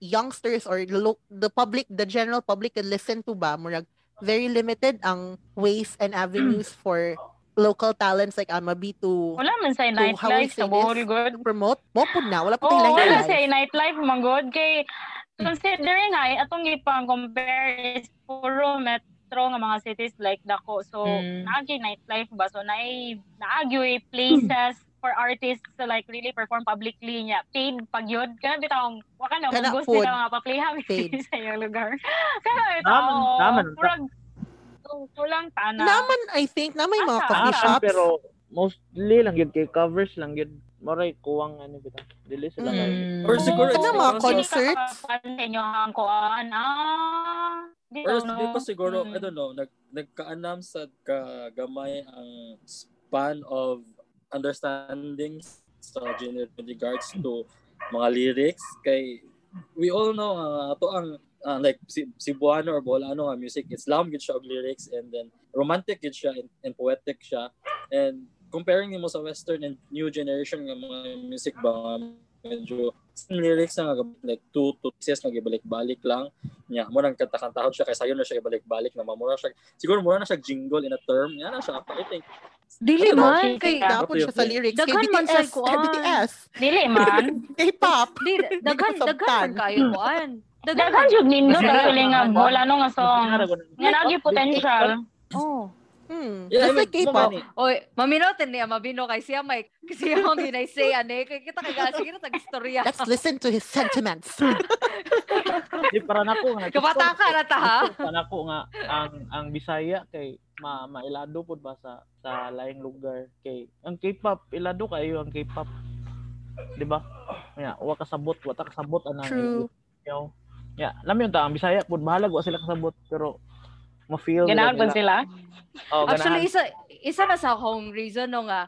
S3: youngsters or lo- the public the general public can listen to ba murag very limited ang ways and avenues for local talents like Amabi to
S1: Wala man sa
S3: So, how I
S1: nightlife
S3: say
S1: sa Bohol
S3: this?
S1: good.
S3: promote mo po na wala po
S1: Oo,
S3: tayong
S1: wala
S3: live
S1: siya nightlife man good kay considering ay atong ipang compare is puro metro nga mga cities like Dako. So
S4: Mm.
S1: naagi nightlife ba so naay naagi places
S3: Mm.
S1: for artists to like really perform publicly niya. Paid pag yun. Kana bitaw wa ka na
S3: Kana
S1: kung gusto
S3: food.
S1: nila mga papliham
S3: Paid.
S1: sa iyong lugar. Kana bitaw.
S2: Naman- naman.
S1: Purag kung kulang tana.
S3: naman I think naman yung mga
S1: Asa?
S3: coffee
S2: Naaran,
S3: shops
S2: pero mostly lang yun kay covers lang yun. Moray kuwang ano bitaw. Dili
S3: Hmm.
S2: sila kay.
S4: Mm.
S6: Or siguro
S3: Ano, mga
S6: because-
S3: concerts?
S1: Sa inyo ang kuan. Ah. Di
S6: Or
S1: ko no.
S6: di ba siguro,
S1: Mm.
S6: I don't know, nag, nagkaanam sa kagamay ang span of understanding sa gener- in regards to mga lyrics. Kay, we all know, ah, to ang ah, like si Cebuano or Bolano nga music, it's loud gid siya og lyrics and then romantic gid siya and, and poetic siya. And comparing nimo sa western and new generation nga mga music ba medyo some lyrics na nga like two to six nga gibalik-balik lang niya mo nang kantakantahon siya kay sayon na siya gibalik-balik na mamura siya siguro mura na siya jingle in a term nga na siya I think
S4: Dili
S6: Ano,
S4: man kay
S1: Yeah.
S3: Dapon siya sa lyrics. Kay
S4: Daghan man sa
S3: BTS, kay
S4: kuwan.
S3: BTS,
S1: Dili man.
S3: K-pop.
S4: di daghan
S3: ko
S4: daghan man
S3: sabtan.
S4: kayo kuan
S1: Daghan jud nindo
S4: Masaya
S1: pero uli nga
S4: mga ba?
S1: bola no nga song.
S2: Masaya ra gud.
S1: Nga nagi potential.
S4: oh
S3: Hmm.
S6: Yeah, I
S3: Just
S6: mean,
S3: like K-pop.
S6: mabani.
S4: Oy, maminatin niya, mabino kay siya, Mike. Kasi yung ginaysay, ane, kay kita kay gasi, kita tag-istorya.
S3: Let's listen to his sentiments.
S2: Di para nako nga.
S4: Kapata ka na ta, ha?
S2: Para ko nga ang ang Bisaya kay ma mailado pud ba sa sa laing lugar kay ang K-pop ilado kayo ang K-pop. Di ba? Ya, wa kasabot, wa ta kasabot anang
S3: True.
S2: Yo. Ya, lami yung taang Bisaya pud bahalag wa sila kasabot pero ma feel
S1: Ganahan pag sila.
S2: Oh,
S4: Actually,
S2: ganahan.
S4: isa, isa na sa akong reason no nga,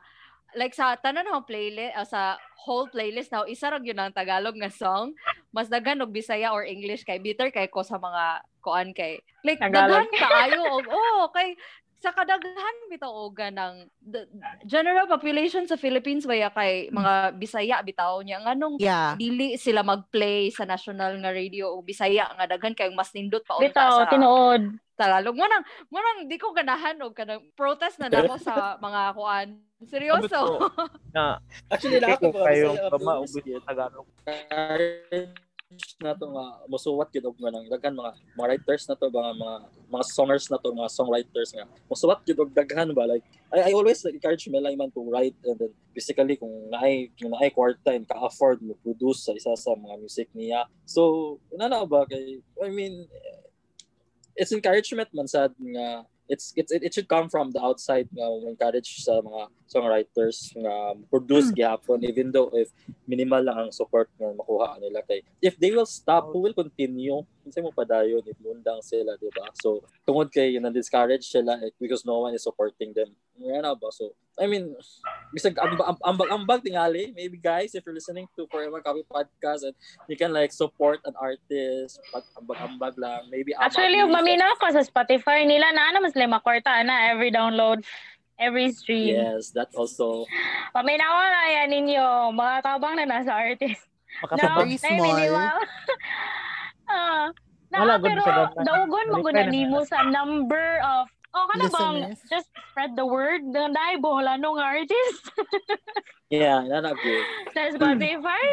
S4: like sa tanan ng playlist, uh, sa whole playlist now, isa ra yun ang Tagalog nga song, mas daghan og Bisaya or English kay bitter kay ko sa mga kuan kay. Like
S1: Tagalog.
S4: daghan kaayo og oh, kay sa kadaghan bitaw og ganang the- general population sa Philippines baya kay mga Bisaya bitaw niya nganong
S3: Yeah.
S4: dili sila mag-play sa national nga radio o Bisaya nga daghan kayong mas nindot pa unta
S1: Bitaw,
S4: sa
S1: tinuod.
S4: Tagalog. Mo nang mo nang di ko ganahan og kanang protest na nako sa mga kuan. Seryoso.
S2: Abot na
S6: actually na ako mga
S2: kayo
S6: Bisaya
S2: kama
S6: Philippines
S2: ubis
S6: gid.
S2: Tagalog.
S6: artists na to nga musuwat gyud og mga daghan mga mga writers na to mga mga mga songers na to mga songwriters nga musuwat gyud og daghan ba like I, I always like, encourage my man to write and then basically kung naay kung naay kwarta and ka-afford mo produce sa isa sa mga music niya so na na ba kay I mean it's encouragement man sad nga it's, it's it, it should come from the outside nga mo encourage sa mga songwriters nga produce
S1: Hmm.
S6: gihapon even though if minimal lang ang support nga makuha nila kay if they will stop who will continue unsay mo padayon imundang sila di ba so tungod kay yun discourage sila eh, because no one is supporting them nga na ba so I mean bisag amb- amb- ambag-ambag tingali maybe guys if you're listening to Forever Copy podcast and you can like support an artist pag ambag-ambag lang maybe ama-
S1: Actually, yung mamina ako sa Spotify nila na ano, mas lima korta na every download, every stream.
S6: Yes, that also.
S1: Mamina ko na yan ninyo, mga tabang na nasa artist.
S2: Makasabag.
S1: may
S3: Very small.
S1: minimal. Ah,
S2: Wala,
S1: na,
S2: good
S1: pero
S2: sa ganda.
S1: daugon mo
S2: Balik pa
S1: guna
S2: na.
S1: nimo sa number of Oh, kana bang
S3: Listeners.
S1: just spread the word na dai bola nung artist
S6: Yeah, nana good.
S1: sa Spotify?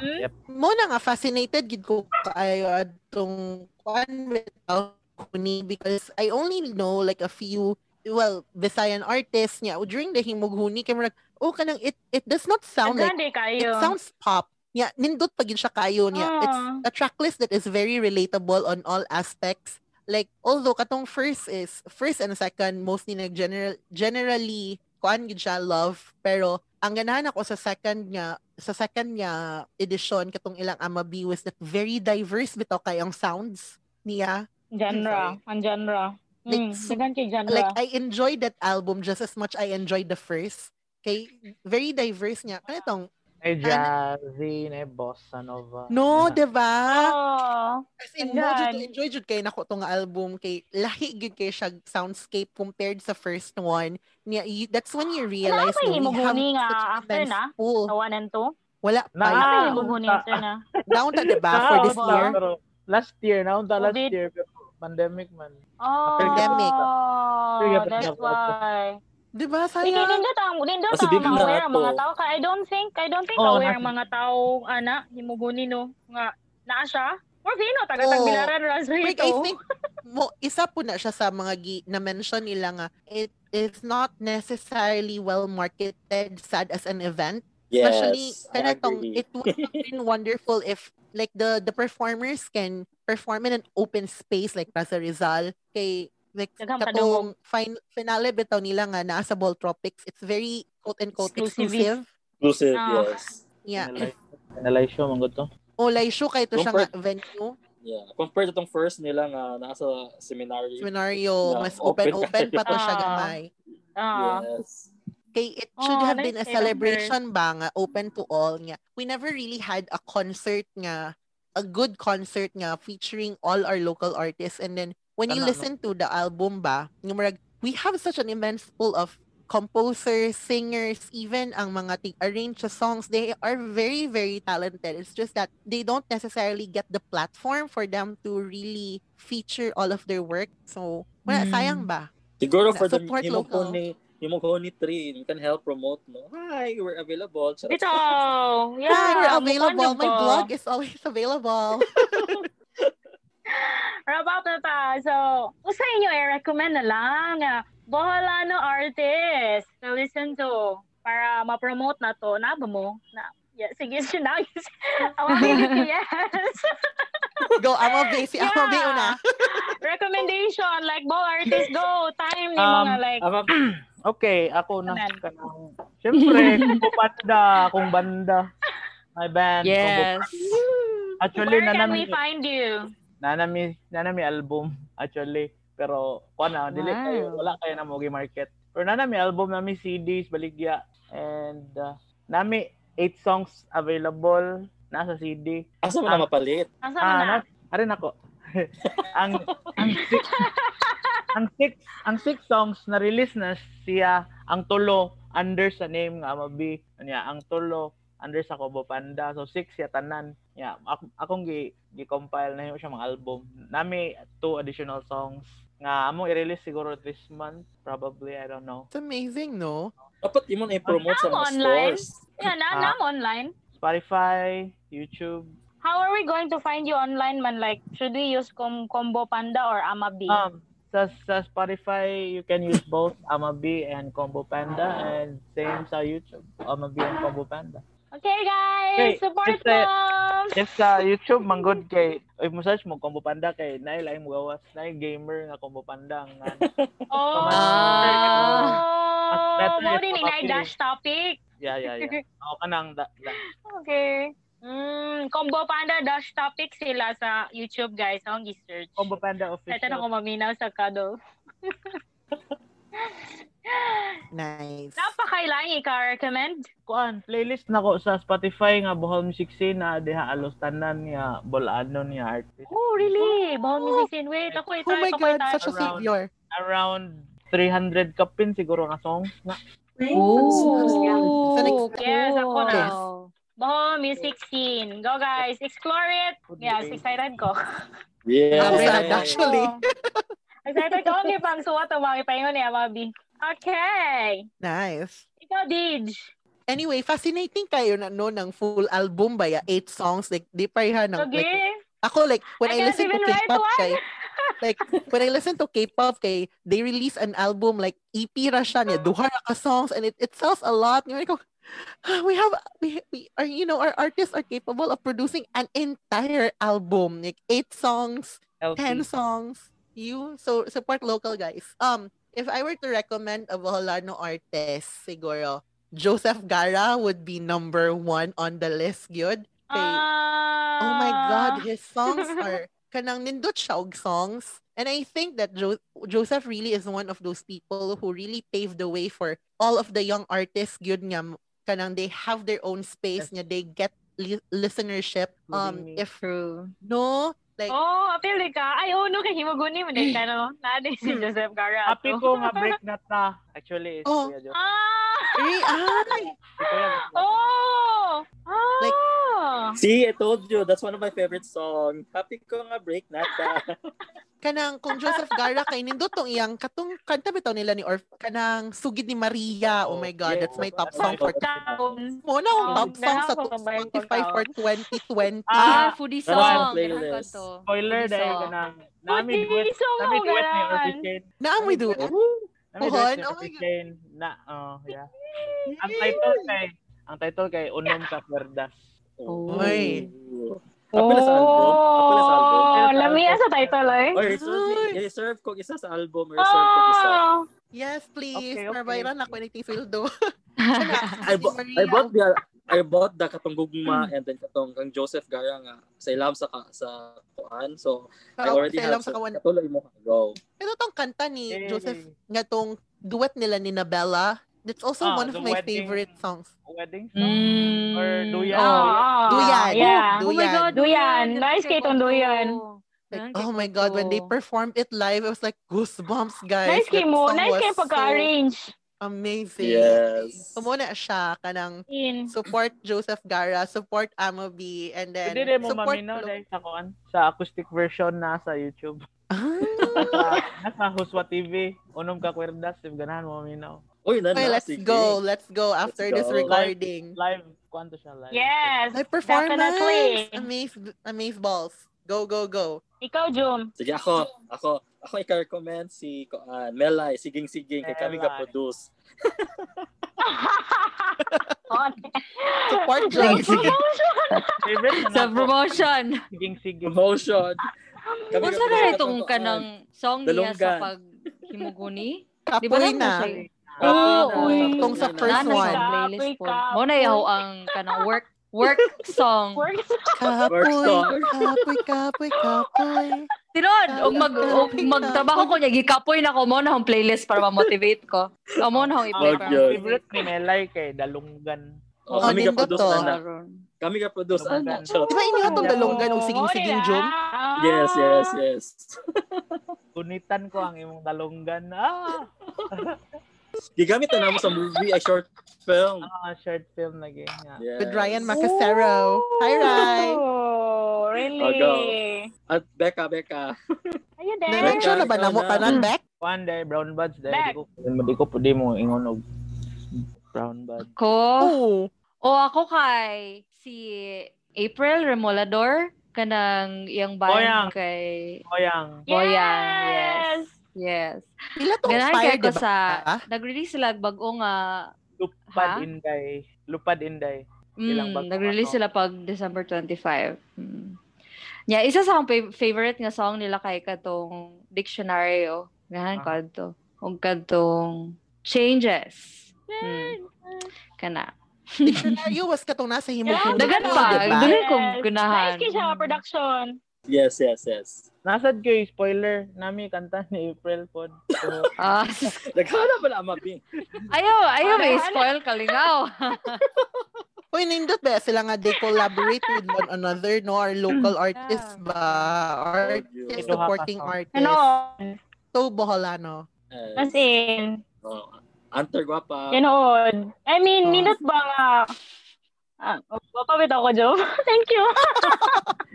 S1: Hmm?
S3: mo na nga fascinated gid ko kaayo atong kwan without kuni because I only know like a few well Visayan artists niya during the himughuni kay murag oh kanang it it does not sound like
S1: Grande
S3: it
S1: kayo.
S3: sounds pop niya nindot pa gid siya kayo niya it's
S1: Ah.
S3: a tracklist that is very relatable on all aspects like although katong first is first and second mostly nag general generally kuan gid siya love pero ang ganahan ako sa second nga sa second nga edition katong ilang Amabi was that very diverse bitaw kay ang sounds niya
S1: genre, ang genre.
S3: Like,
S1: Mm,
S3: so-
S1: dagan kay genre.
S3: like I enjoyed that album just as much I enjoyed the first kay very diverse niya kanitong
S2: May jazzy, may bossa nova.
S3: no
S2: Yan na.
S3: diba? ba
S1: oh.
S3: As in,
S1: Ayan.
S3: mo jud enjoy jud kay nako tong album kay lahi gyud kay siya soundscape compared sa first one. Niya you- that's when you
S1: Wala
S3: realize
S1: pa yung
S3: we have
S1: himuguni nga
S3: such an
S1: after
S3: immense
S1: na?
S3: pool.
S1: Sa 1 and 2.
S3: Wala pa.
S1: Ano
S2: Na-
S1: kayo
S2: Ah,
S1: gugunin
S2: unta.
S1: sir na?
S3: Down ta diba
S1: Ah,
S2: Ah,
S3: for this
S1: Naunta.
S3: year?
S2: Pero oh, ano, last year, naunta last
S1: Covid.
S2: year. Pero pandemic man.
S1: Oh,
S3: Pandemic.
S1: that's why.
S3: Diba
S1: Hindi,
S3: sayang?
S1: nindot ang, nindot
S6: Kasi
S1: ang
S6: bigla
S1: mga aware ang
S6: to.
S1: mga tao. Ka, I don't think, I don't think
S2: Oo,
S1: aware ang
S2: nasa-
S1: mga tao, ana, himuguni no, nga, naa siya. Or Vino, taga
S3: Oo.
S1: Tagbilaran,
S3: Like,
S1: Rasrito.
S3: I think mo isa po na siya sa mga gi, na mention nila nga it is not necessarily well marketed sad as an event
S6: Yes,
S3: Especially,
S6: I
S3: kanatong,
S6: agree.
S3: it would have been wonderful if, like, the the performers can perform in an open space like Plaza Rizal. Kay, like,
S1: Daghang
S3: katong fin- finale bitaw nila nga naa sa Ball Tropics. It's very, quote-unquote,
S1: Exclusivist.
S3: exclusive.
S6: Inclusive,
S1: Ah.
S6: yes.
S3: Yeah.
S2: Analyze- Analyze show, mangod to.
S3: Olay show kahit to siya nga venue,
S6: Yeah. Compared to tong first nila nga nasa seminary.
S3: seminaryo,
S6: Yeah,
S3: mas
S6: open
S3: open-open pa to siya
S1: Ah.
S3: gamay.
S1: Ah.
S6: Yes.
S3: Kay, it should
S1: Oh,
S3: have
S1: nice
S3: been a
S1: kay number.
S3: celebration ba nga, open to all nga. We never really had a concert nga, a good concert nga featuring all our local artists. And then, when you
S2: Tama, no?
S3: listen to the album ba, nga murag, we have such an immense pool of composers, singers, even ang mga tig-arrange sa songs, they are very, very talented. It's just that they don't necessarily get the platform for them to really feature all of their work. So, wala,
S1: Hmm.
S4: Mm.
S3: sayang ba?
S6: Siguro for the
S3: Support local.
S6: Himokoni, Himokoni 3, you can help promote, no? Hi, we're available. Charot.
S1: Ito! Yeah,
S3: Hi, we're
S1: mukha
S3: available.
S1: nyo
S3: My
S1: ko.
S3: blog is always available.
S1: Wrap up na ta. So, usa inyo i-recommend na lang nga bola no artist na listen to para ma-promote na to. Na ba mo? Na, yeah, sige, sinag. Awagin yes.
S3: Go, I'm a basic. I'm a
S1: Yeah.
S3: una.
S1: Recommendation, like bola artist, go. Time ni
S2: Um,
S1: mga like,
S6: Ama,
S2: Okay, ako na.
S1: Anan.
S2: Kanang, Siyempre, kung banda, kung banda. My band.
S4: Yes.
S2: Kumbo- Actually,
S1: where can
S2: nanami,
S1: we find you?
S2: nanami, nanami album. Actually, pero, kuna, dili
S4: Wow.
S2: kayo, wala kayo na mogi market. Pero nanami album, nami CDs, baligya. And, uh, nami, eight songs available nasa CD.
S6: asa mo na mapalit?
S1: Asa mo
S2: Ah,
S1: na?
S2: na, arin ako. ang, ang six, ang six, ang six songs na release na siya, ang tulo, under sa name nga Amabi, niya, ang tulo, under sa Kobo Panda. So six siya tanan. Yeah, ak- akong gi gi-compile na yun siya mga album. Nami two additional songs nga among i-release siguro this month probably I don't know.
S3: It's amazing, no?
S6: Dapat imo na i-promote sa
S1: Now
S6: mga
S1: online.
S6: stores.
S1: Yeah, na,
S2: Ah.
S1: na online.
S2: Spotify, YouTube.
S1: How are we going to find you online man? Like, should we use com- Combo Panda or Amabi?
S2: Um sa, sa Spotify, you can use both Amabi and Combo Panda and same sa YouTube, Amabi and Combo Panda.
S1: Okay, guys.
S2: Okay,
S1: Support
S2: that's it.
S1: them.
S2: Yes, sa YouTube, manggod kay, oy, mo search mo, Combo Panda kay, nay, laing mo gawas, nay, gamer nga Combo Panda. Nga,
S1: Oh.
S4: Ah.
S1: Oh,
S2: That's
S1: mo
S2: it.
S1: din inay
S2: Okay.
S1: dash topic.
S2: yeah, yeah, yeah. Ako ka nang, da, da.
S1: Okay. Mm, Combo Panda dash topic sila sa YouTube, guys. Ang gi-search.
S2: Combo Panda official.
S1: Ito na ko maminaw sa kado.
S3: Nice.
S1: Napakailangan ika-recommend.
S2: kuan playlist nako sa Spotify nga Bohol Music Scene na diha alos tanan nga bolano niya artist
S1: Oh, really? Bawang music scene. Wait, ako ito.
S3: Oh my God, such a
S2: around.
S3: savior.
S2: around 300 kapin siguro nga songs na
S4: Oh,
S3: Ooh.
S1: Yes, ako na.
S3: Yes.
S1: Bohol music scene. Go, guys. Explore it.
S2: Good
S1: Yes,
S2: day.
S1: excited ko.
S3: Ah,
S6: Yeah.
S3: Ako
S2: Okay.
S3: sad, actually.
S1: Oh. excited ko. Okay, pang suwa to. Mga ipahingo niya, Mabi. Okay.
S3: Nice.
S1: Ikaw, Dij.
S3: Anyway, fascinating kayo na no ng full album ba ya? Eight songs, like, di parihan ng,
S1: Okay.
S3: like, ako, like,
S1: I
S3: when I,
S1: can't
S3: listen to
S1: even write
S3: K-pop,
S1: one.
S3: kay, like, when I listen to K-pop, kay, they release an album, like, EP ra siya
S1: Oh.
S3: niya, duha ra ka songs, and it, it sells a lot. Ngayon ko, "Ah, we have, we, we are, you know, our artists are capable of producing an entire album, like, eight songs, ten
S2: LP.
S3: songs. You, so, support local, guys. Um, if I were to recommend a Boholano artist, siguro, Joseph Gara would be number one on the list, gyud.
S1: Ah.
S3: Oh my God, his songs are kanang nindot siya og songs. And I think that jo- Joseph really is one of those people who really paved the way for all of the young artists gyud nga m- kanang they have their own space nga they get li- listenership um
S2: Including me.
S3: if
S4: True.
S3: no like
S1: Oh, apil di ka. Ay, oh, no, kay Himaguni mo din ka, no? Nani si Joseph Garato.
S2: Happy ko nga break na ta. Actually, is
S3: Oh.
S2: Kuya Jo.
S1: Ah!
S3: re- ay,
S2: Si Kuya Jo.
S4: Ah.
S1: Oh! Ah!
S3: Like-
S6: See, I told you, that's one of my favorite songs. Happy ko nga break nata.
S3: kanang kung Joseph Gara kay nindot tong iyang katong kanta bitaw nila ni Orf kanang sugid ni Maria. Oh my god, that's my top song for
S1: Taon.
S3: mo na akong
S1: Oh,
S3: top song sa
S1: dahil ako kabayan kong
S3: 25 for 2020.
S4: Ah,
S2: Ah,
S4: foodie
S6: Wala
S4: song.
S6: akong playlist.
S2: spoiler
S4: Hindi
S2: dahil
S4: sa-
S2: ka nang
S1: Nami
S2: nami duet.
S1: song
S2: Nami
S1: mo
S2: duet ni
S1: ganun.
S2: Orphy Shane.
S3: Naam we do it.
S2: Nami duet ni
S3: Pohon? Oh
S2: Orphy
S3: my God.
S2: Shane. Na, oh, yeah. Ang title kay, ang title kay Unom sa Cuerdas.
S4: Oh.
S3: Uy.
S6: Ako na sa album. Ako na sa album.
S1: Oh, lamiya sa title, eh.
S6: Or reserve,
S3: Uy.
S6: ni- reserve ko isa sa album. Reserve ko isa.
S1: Oh!
S3: Yes, please.
S2: Okay, okay.
S3: Parbayran ako anything Fildo.
S6: I, bought I bought the I bought the katong gugma and then katong kang Joseph Gara nga sa ilam sa ka, sa kuan. So I already have
S3: sa
S6: sa
S3: kawan.
S6: katuloy mo ka go.
S3: Pero tong kanta ni
S2: Yay.
S3: Joseph nga tong duet nila ni Nabella, that's also
S2: Ah,
S3: one of
S2: the
S3: my
S2: wedding.
S3: favorite songs.
S2: Wedding song?
S4: Mm.
S2: Or Duyan?
S1: Oh,
S3: Duyan.
S1: Yeah.
S3: Duyan.
S4: Oh my God,
S1: Duyan.
S4: Duyan.
S1: Nice kay tong Duyan.
S3: Like, oh my god, when they performed it live, it was like goosebumps, guys.
S1: Nice kay
S3: That
S1: mo.
S3: song
S1: Nice
S3: was
S1: kay pagka-arrange.
S3: So amazing.
S6: Yes.
S3: So muna siya kanang
S1: In.
S3: support Joseph Gara, support Amabi, and then
S2: Hindi rin mo
S3: support
S2: maminaw
S3: Flo-
S2: dahil sa kuan. Sa acoustic version na sa YouTube.
S3: Ah.
S2: Nasa, nasa Huswa TV. Unom ka kwerdas. If ganahan mo maminaw.
S6: Uy, nana,
S3: Okay, let's
S6: sige.
S3: go. Let's go after
S6: Let's
S3: this
S6: go.
S3: recording.
S2: Live. Kuan to siya live.
S1: Yes.
S3: My performance.
S1: Definitely.
S3: Amaze, amaze balls. Go, go, go.
S1: Ikaw, Jum.
S6: Sige ako, ako, ako i-recommend si kuan Melay, siging siging kay kami
S2: Melay.
S6: ka produce.
S3: Support
S4: Like,
S3: drugs.
S2: Favorite na
S4: Sa
S2: ako.
S4: promotion.
S2: Siging siging.
S6: Promotion. Kami ka
S4: Kung saan
S6: produce
S4: na
S6: ka
S4: itong
S6: kuan.
S4: kanang song niya sa
S6: Dalunggan.
S4: pag himuguni? Di ba
S3: Kapoy
S4: lang
S3: na.
S4: siya?
S6: Kapoy
S2: Ah,
S4: Oh,
S6: na,
S4: uy.
S6: kapoy
S3: Tong sa
S6: na.
S3: first
S4: Nanay
S3: one.
S4: sa playlist po.
S1: Kapoy,
S4: Mo na
S1: kapoy.
S4: yaw ang kanang work work song.
S1: Works.
S3: Kapoy,
S6: song.
S3: kapoy, kapoy, kapoy.
S4: Tinod, og mag og magtrabaho ko niya gikapoy na ko mo na ang playlist para ma-motivate ko. O mo na akong i-play
S2: Ang
S4: para
S6: Wag yun.
S4: ma-motivate
S2: favorite ni Melay kay Dalunggan.
S6: Oh,
S3: Oh,
S6: kami ka
S3: nindot
S6: produce
S3: to.
S6: na na.
S4: Karon.
S6: Kami ano? ka produce
S2: Dalunggan.
S6: ana. So,
S3: Di ba inyo itong dalonggan
S1: Oh,
S3: o siging-siging jom?
S6: Yes, yes, yes.
S2: Kunitan ko ang imong dalunggan. Ah!
S6: Gigamit na namo sa movie, a short film.
S2: Ah, short film na ganyan.
S6: Yes.
S3: With Ryan Macasero. Hi, Ry.
S1: Oh, really?
S6: At Becca, Becca.
S1: Ayun
S6: Meron
S1: there.
S6: siya.
S3: Na-mention na ba na mo tanan, Beck?
S2: Kuan day, brown buds day.
S1: Back.
S2: Di ko, di ko, di mo ingon og brown buds.
S4: Ko.
S3: Oh.
S4: O ako kay si April Remolador kanang iyang
S2: Boyang.
S4: band kay
S2: Koyang.
S4: Boyang, yes. Yes.
S3: Sila tong
S4: Ganahan
S3: fire, diba?
S4: kay
S3: di
S4: ko
S3: ba?
S4: sa nag-release sila og bago nga
S2: Lupad
S4: Ha?
S2: Inday. Lupad Inday. Ilang
S4: Mm,
S2: bagong
S4: nag-release
S2: ano.
S4: sila pag December 25. Mm. Yeah, isa sa akong fav- favorite nga song nila kay katong Dictionary o. Gahan
S2: Ah.
S4: kadto. Ug kadtong Changes.
S3: Hmm.
S4: Mm. Kana.
S3: Dictionaryo was katong nasa himog.
S1: Yeah.
S4: Dagan pa.
S1: diba?
S4: Dili ko
S1: Yes.
S4: gunahan.
S1: Nice kay siya production.
S6: Yes, yes, yes.
S2: Nasad ko yung spoiler. Nami kanta ni April pod. So,
S4: Ah,
S6: Naghanap pala, Mabing.
S4: ayaw,
S1: Wala,
S4: ayaw
S2: Ano?
S4: eh.
S1: wala.
S4: Spoil kalingaw.
S3: Uy, nindot ba sila nga they collaborate with one another, no? Our
S1: Mm.
S3: local artists ba? Artists
S6: Kinuha
S2: ka
S3: supporting
S2: pa.
S3: artists.
S1: Ano?
S3: To Boholano.
S1: As in,
S6: Oh, Antar Guapa.
S1: Ganoon. I mean,
S3: Oh.
S1: nindot ba nga? Ah, papawit ako, Jo. Thank you.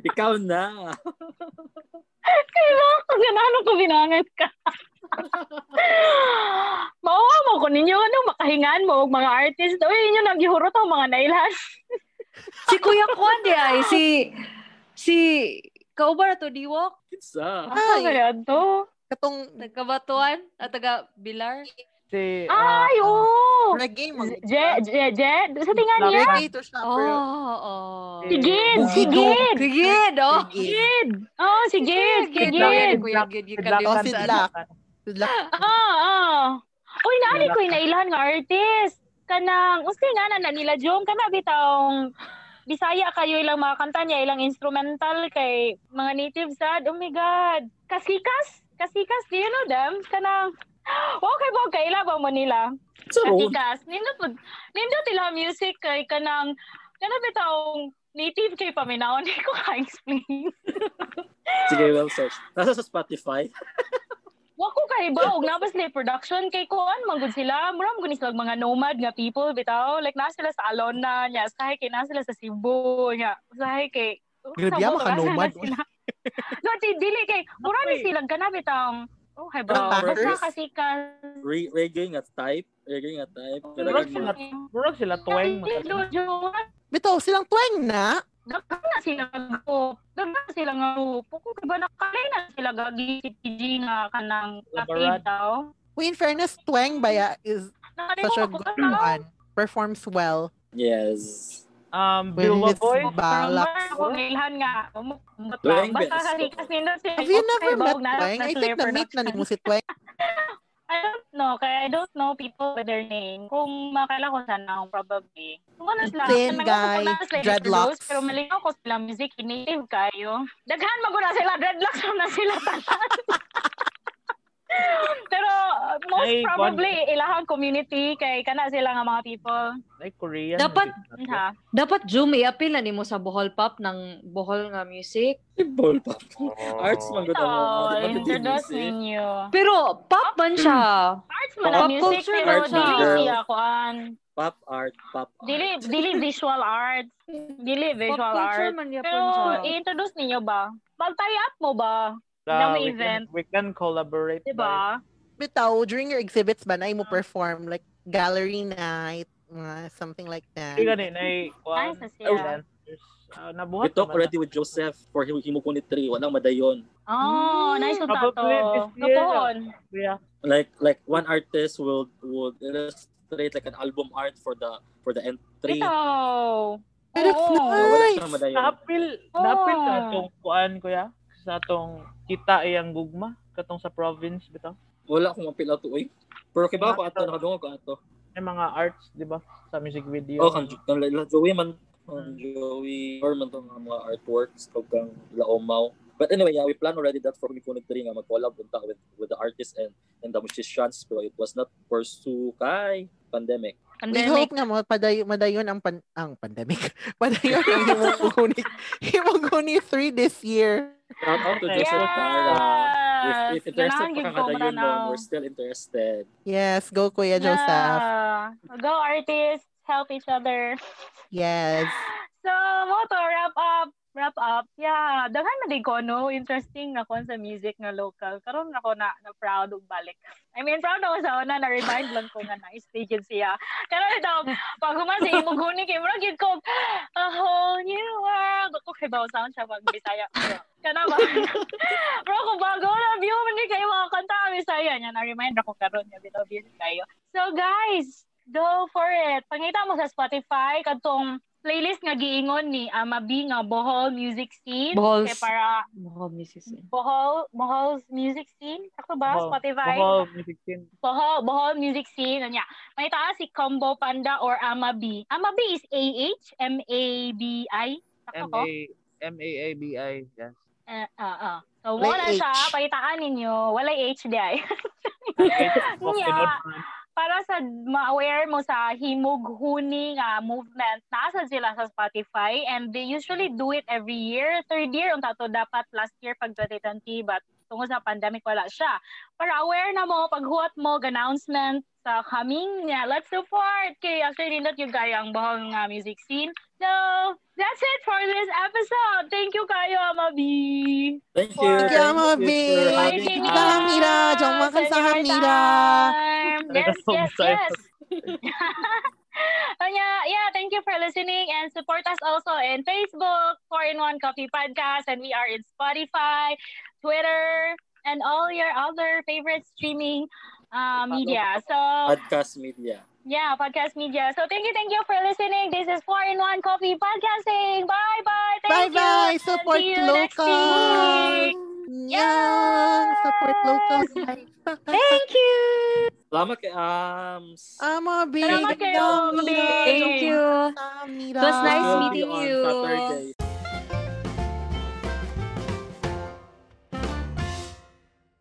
S6: Ikaw na.
S1: Kaya ako, ganano ko binangat ka. Mauwa mo ko ninyo, ano, makahingaan mo, og mga artist. Uy, inyo nagihurot ang mga nailan.
S4: si Kuya Kwan di ay. Si, si, kauban na to, Diwak.
S6: Kinsa.
S1: Ano
S3: Ay.
S1: kaya to?
S3: Katong
S4: Nagkabatuan. At taga Bilar.
S2: si, ah,
S1: Ay, oo!
S3: reggae mo.
S1: Je, je, je, sa tingan niya.
S3: Reggae to siya.
S4: Oo,
S1: Oh.
S3: pero-
S4: oo.
S1: Si Gid, si Gid.
S4: Si Gid, oh.
S3: Reggae.
S1: Gid. Oh, si Gid, si Gid.
S4: Kuya Gid, Gid
S2: Sidlak.
S1: Oh,
S4: Kalimantan.
S3: Sidlak. Good luck.
S1: Oo, oo. Uy, naali ko yung nailan nga artist. Kanang, usti nga na na nila Jom, kana bitawng Bisaya kayo ilang mga kanta niya, ilang instrumental kay mga native sad. Oh my God. Kasikas? Kasikas, do you know them? Kanang, okay ba, kaila ba mo nila?
S6: Sarong.
S1: Kasikas. Nindot, pod- nindot ila music kay kanang, kana bitawng native kay paminaon. Hindi ko ka-explain.
S6: Sige, well search. Nasa sa Spotify.
S1: Wako kay ba og nabas na yung production kay kuan manggod sila mura mo sila mga nomad nga people bitaw like na sila sa Alona nya sahay kay na sila sa Cebu nya sahay kay
S3: Grabe,
S1: Sa Bohol,
S3: ah, mga nomad.
S1: na sila. no di- dili kay mura ni silang kana bitaw oh hay
S3: Parang
S1: ba basta
S3: backers?
S1: kasi ka
S6: Re reggae nga type. Reggae nga type. Pero nag-
S2: Murag sila- Murag sila tuwing. mga-
S3: Bitaw, silang twang na.
S1: Dagan na sila nga group. Dagan na sila nga group. Kung ba nakalay na sila gagi si TG nga kanang kapit
S2: Labaran.
S1: daw.
S3: Uy, in fairness, twang baya is such a
S1: Nakalimutan
S3: good
S1: ko na.
S3: one. Performs well.
S6: Yes.
S2: Um,
S3: Well,
S2: Bilwa
S3: it's
S2: Boy.
S3: balak.
S1: Ako ngailhan nga. Umukbot
S6: Tuwing
S1: lang. Basta
S6: beses.
S1: kasi kasi nindot sila.
S3: Have you never
S1: Kay
S3: met
S1: Bawag na-
S3: twang? I
S1: sila
S3: think
S1: yung
S3: na-meet na ni
S1: production.
S3: mo si twang.
S1: I don't know. Kaya I don't know people with their name. Kung makala ko sana ako probably. Kung ano sila.
S3: Thin
S1: kanang ako
S3: guy,
S1: na sila yung
S3: dreadlocks.
S1: produce, Pero malingaw ko sila music. Native kayo. Daghan mo na sila. Dreadlocks mo na sila. tanan. Pero uh, most
S2: Ay, kon-
S1: probably ilahang community kay kana sila nga mga people.
S2: Like Korean.
S4: Dapat-
S1: Ha?
S4: Dapat Zoom i-appeal na nimo sa Bohol Pop ng Bohol nga music.
S6: Simple pa. Arts man gud
S1: So, introduce
S6: music.
S1: ninyo.
S4: Pero pop man siya.
S1: Arts man ang
S4: Pop
S1: music,
S4: culture
S1: pero
S6: arts na.
S1: dili
S6: Girl.
S1: siya kuan.
S6: Pop art, pop art.
S1: ah. Dili, dili visual arts. Dili
S4: pop
S1: visual
S4: culture
S1: arts.
S4: man yapon
S1: Pero
S4: siya.
S1: i-introduce ninyo ba? Mag-tie-up mo ba?
S2: Uh,
S1: Dami
S2: we,
S1: event. Diba?
S2: can, we can collaborate.
S1: Di ba?
S3: Bitaw, during your exhibits ba, na mo perform? Like, gallery night, mga something like that.
S2: Hindi ganun, ano ay,
S1: Ay,
S2: kwan,
S1: sa
S2: oh,
S1: siya.
S2: dancers. Ah,
S6: We
S2: nabuhat
S6: talked
S2: naman na.
S6: already with Joseph for him himuko ni Tri. Walang madayon.
S1: Oh, nice to tato.
S2: Probably this year.
S1: Kapoon.
S2: Kuya,
S6: Like like one artist will would illustrate like an album art for the for the entry.
S1: Ito.
S3: But it's
S1: Oo.
S6: Ah, wala
S3: nice.
S6: siyang madayon.
S2: na-appeal,
S1: Oo.
S2: na-appeal sa
S1: Oh.
S2: atong kuan, kuya. Sa atong kita iyang gugma, katong sa province, bitaw.
S6: Wala akong mapila to eh. Pero kay ba ko ato nakadungo ko ato.
S2: May mga arts, di ba? Sa music video.
S6: Oh, kan kan la Joey man
S1: Hmm.
S6: kan Joey or man tong mga artworks kag kang laomaw. But anyway, yeah, we plan already that for Unicorn 3 nga mag-collab unta with with the artists and and the musicians pero it was not pursue kay pandemic.
S3: We
S4: Pandemic.
S3: hope nga mo, padayo, madayon ang, pan, ang pandemic. Madayon ang himuguni. himuguni 3 this year.
S6: Shout out to
S2: Yes!
S6: Joseph Cara. If, if
S1: Yes!
S6: interested
S1: Ganahan
S6: pa
S1: gyud
S6: ka
S1: ko
S6: kada yun,
S1: mananaw.
S6: we're still interested.
S3: Yes, go Kuya Joseph.
S1: Yeah. Go artists. Help each other.
S3: Yes.
S1: So, mo to, wrap up. Wrap up. Yeah, daghan na di ko, no? Interesting na kon sa music nga local. Karon ako na, na proud ug balik. I mean, proud ako sa una. Na-remind lang ko nga na stage siya. Pero ito, pag human sa imong huni kay Murag yun ko, a whole new world. Ako kay Bao Sound siya pag Bisaya. Kana ba? Bro, kung bago na view man ni kayo mga kanta ang Bisaya niya. Na-remind ako karon niya. Bitaw-bitaw kayo. So guys, go for it. Pangita mo sa Spotify katong playlist nga giingon ni Amabi nga Bohol Music Scene.
S4: Bohol's-
S1: Kaya para
S4: Mukhang music scene.
S1: Bohol, Bohol's Music Scene. Sakto ba?
S2: Bohol.
S1: Spotify.
S2: Bohol, music scene.
S1: Bohol, Bohol Music Scene. Ano niya. May taas si Combo Panda or Amabi. Amabi is A-H, M-A-B-I. Sakto ko?
S2: M-A, M-A-A-B-I.
S1: Eh,
S2: Yes.
S1: ah, ah. So,
S3: May
S1: wala siya.
S3: H.
S1: Paitaan ninyo. Walay H di ay.
S2: Okay.
S1: Yeah. Para sa ma-aware mo sa himog-huni nga movement, nasa sila sa Spotify and they usually do it every year. Third year, unta to dapat last year pag 2020 but tungo sa pandemic wala siya. Para aware na mo, paghuat mo, announcement sa coming niya. Let's support kay After Nindot yung gayang bahang nga music scene. So, that's it for this episode. Thank you kayo, Amabi.
S6: Thank you.
S1: Thank you,
S3: Ama
S6: Thank you
S3: B.
S6: for
S1: Bye,
S6: having
S1: Jenny.
S6: us.
S3: Kamira. Jomar kan sa
S1: Senyor
S3: Kamira.
S1: time. Yes,
S2: Talaga
S1: yes,
S2: sobra.
S1: yes. Kanya, yeah, thank you for listening and support us also in Facebook, 4-in-1 Coffee Podcast, and we are in Spotify, Twitter, and all your other favorite streaming uh, media. So,
S6: Podcast Media.
S1: yeah, podcast media. So, thank you, thank you for listening. This is 4-in-1 Coffee Podcasting. Bye-bye. Thank
S3: Bye-bye.
S1: you. And
S3: Support
S1: see you next
S3: local.
S1: week.
S3: Yan. Support local.
S4: Thank you!
S6: Salamat kay um, Ams.
S3: Ama B.
S1: Salamat kayo, Ama B.
S4: Thank you!
S3: Kamira.
S4: It was nice
S6: We'll be
S4: meeting
S6: on
S4: you.
S6: Saturday.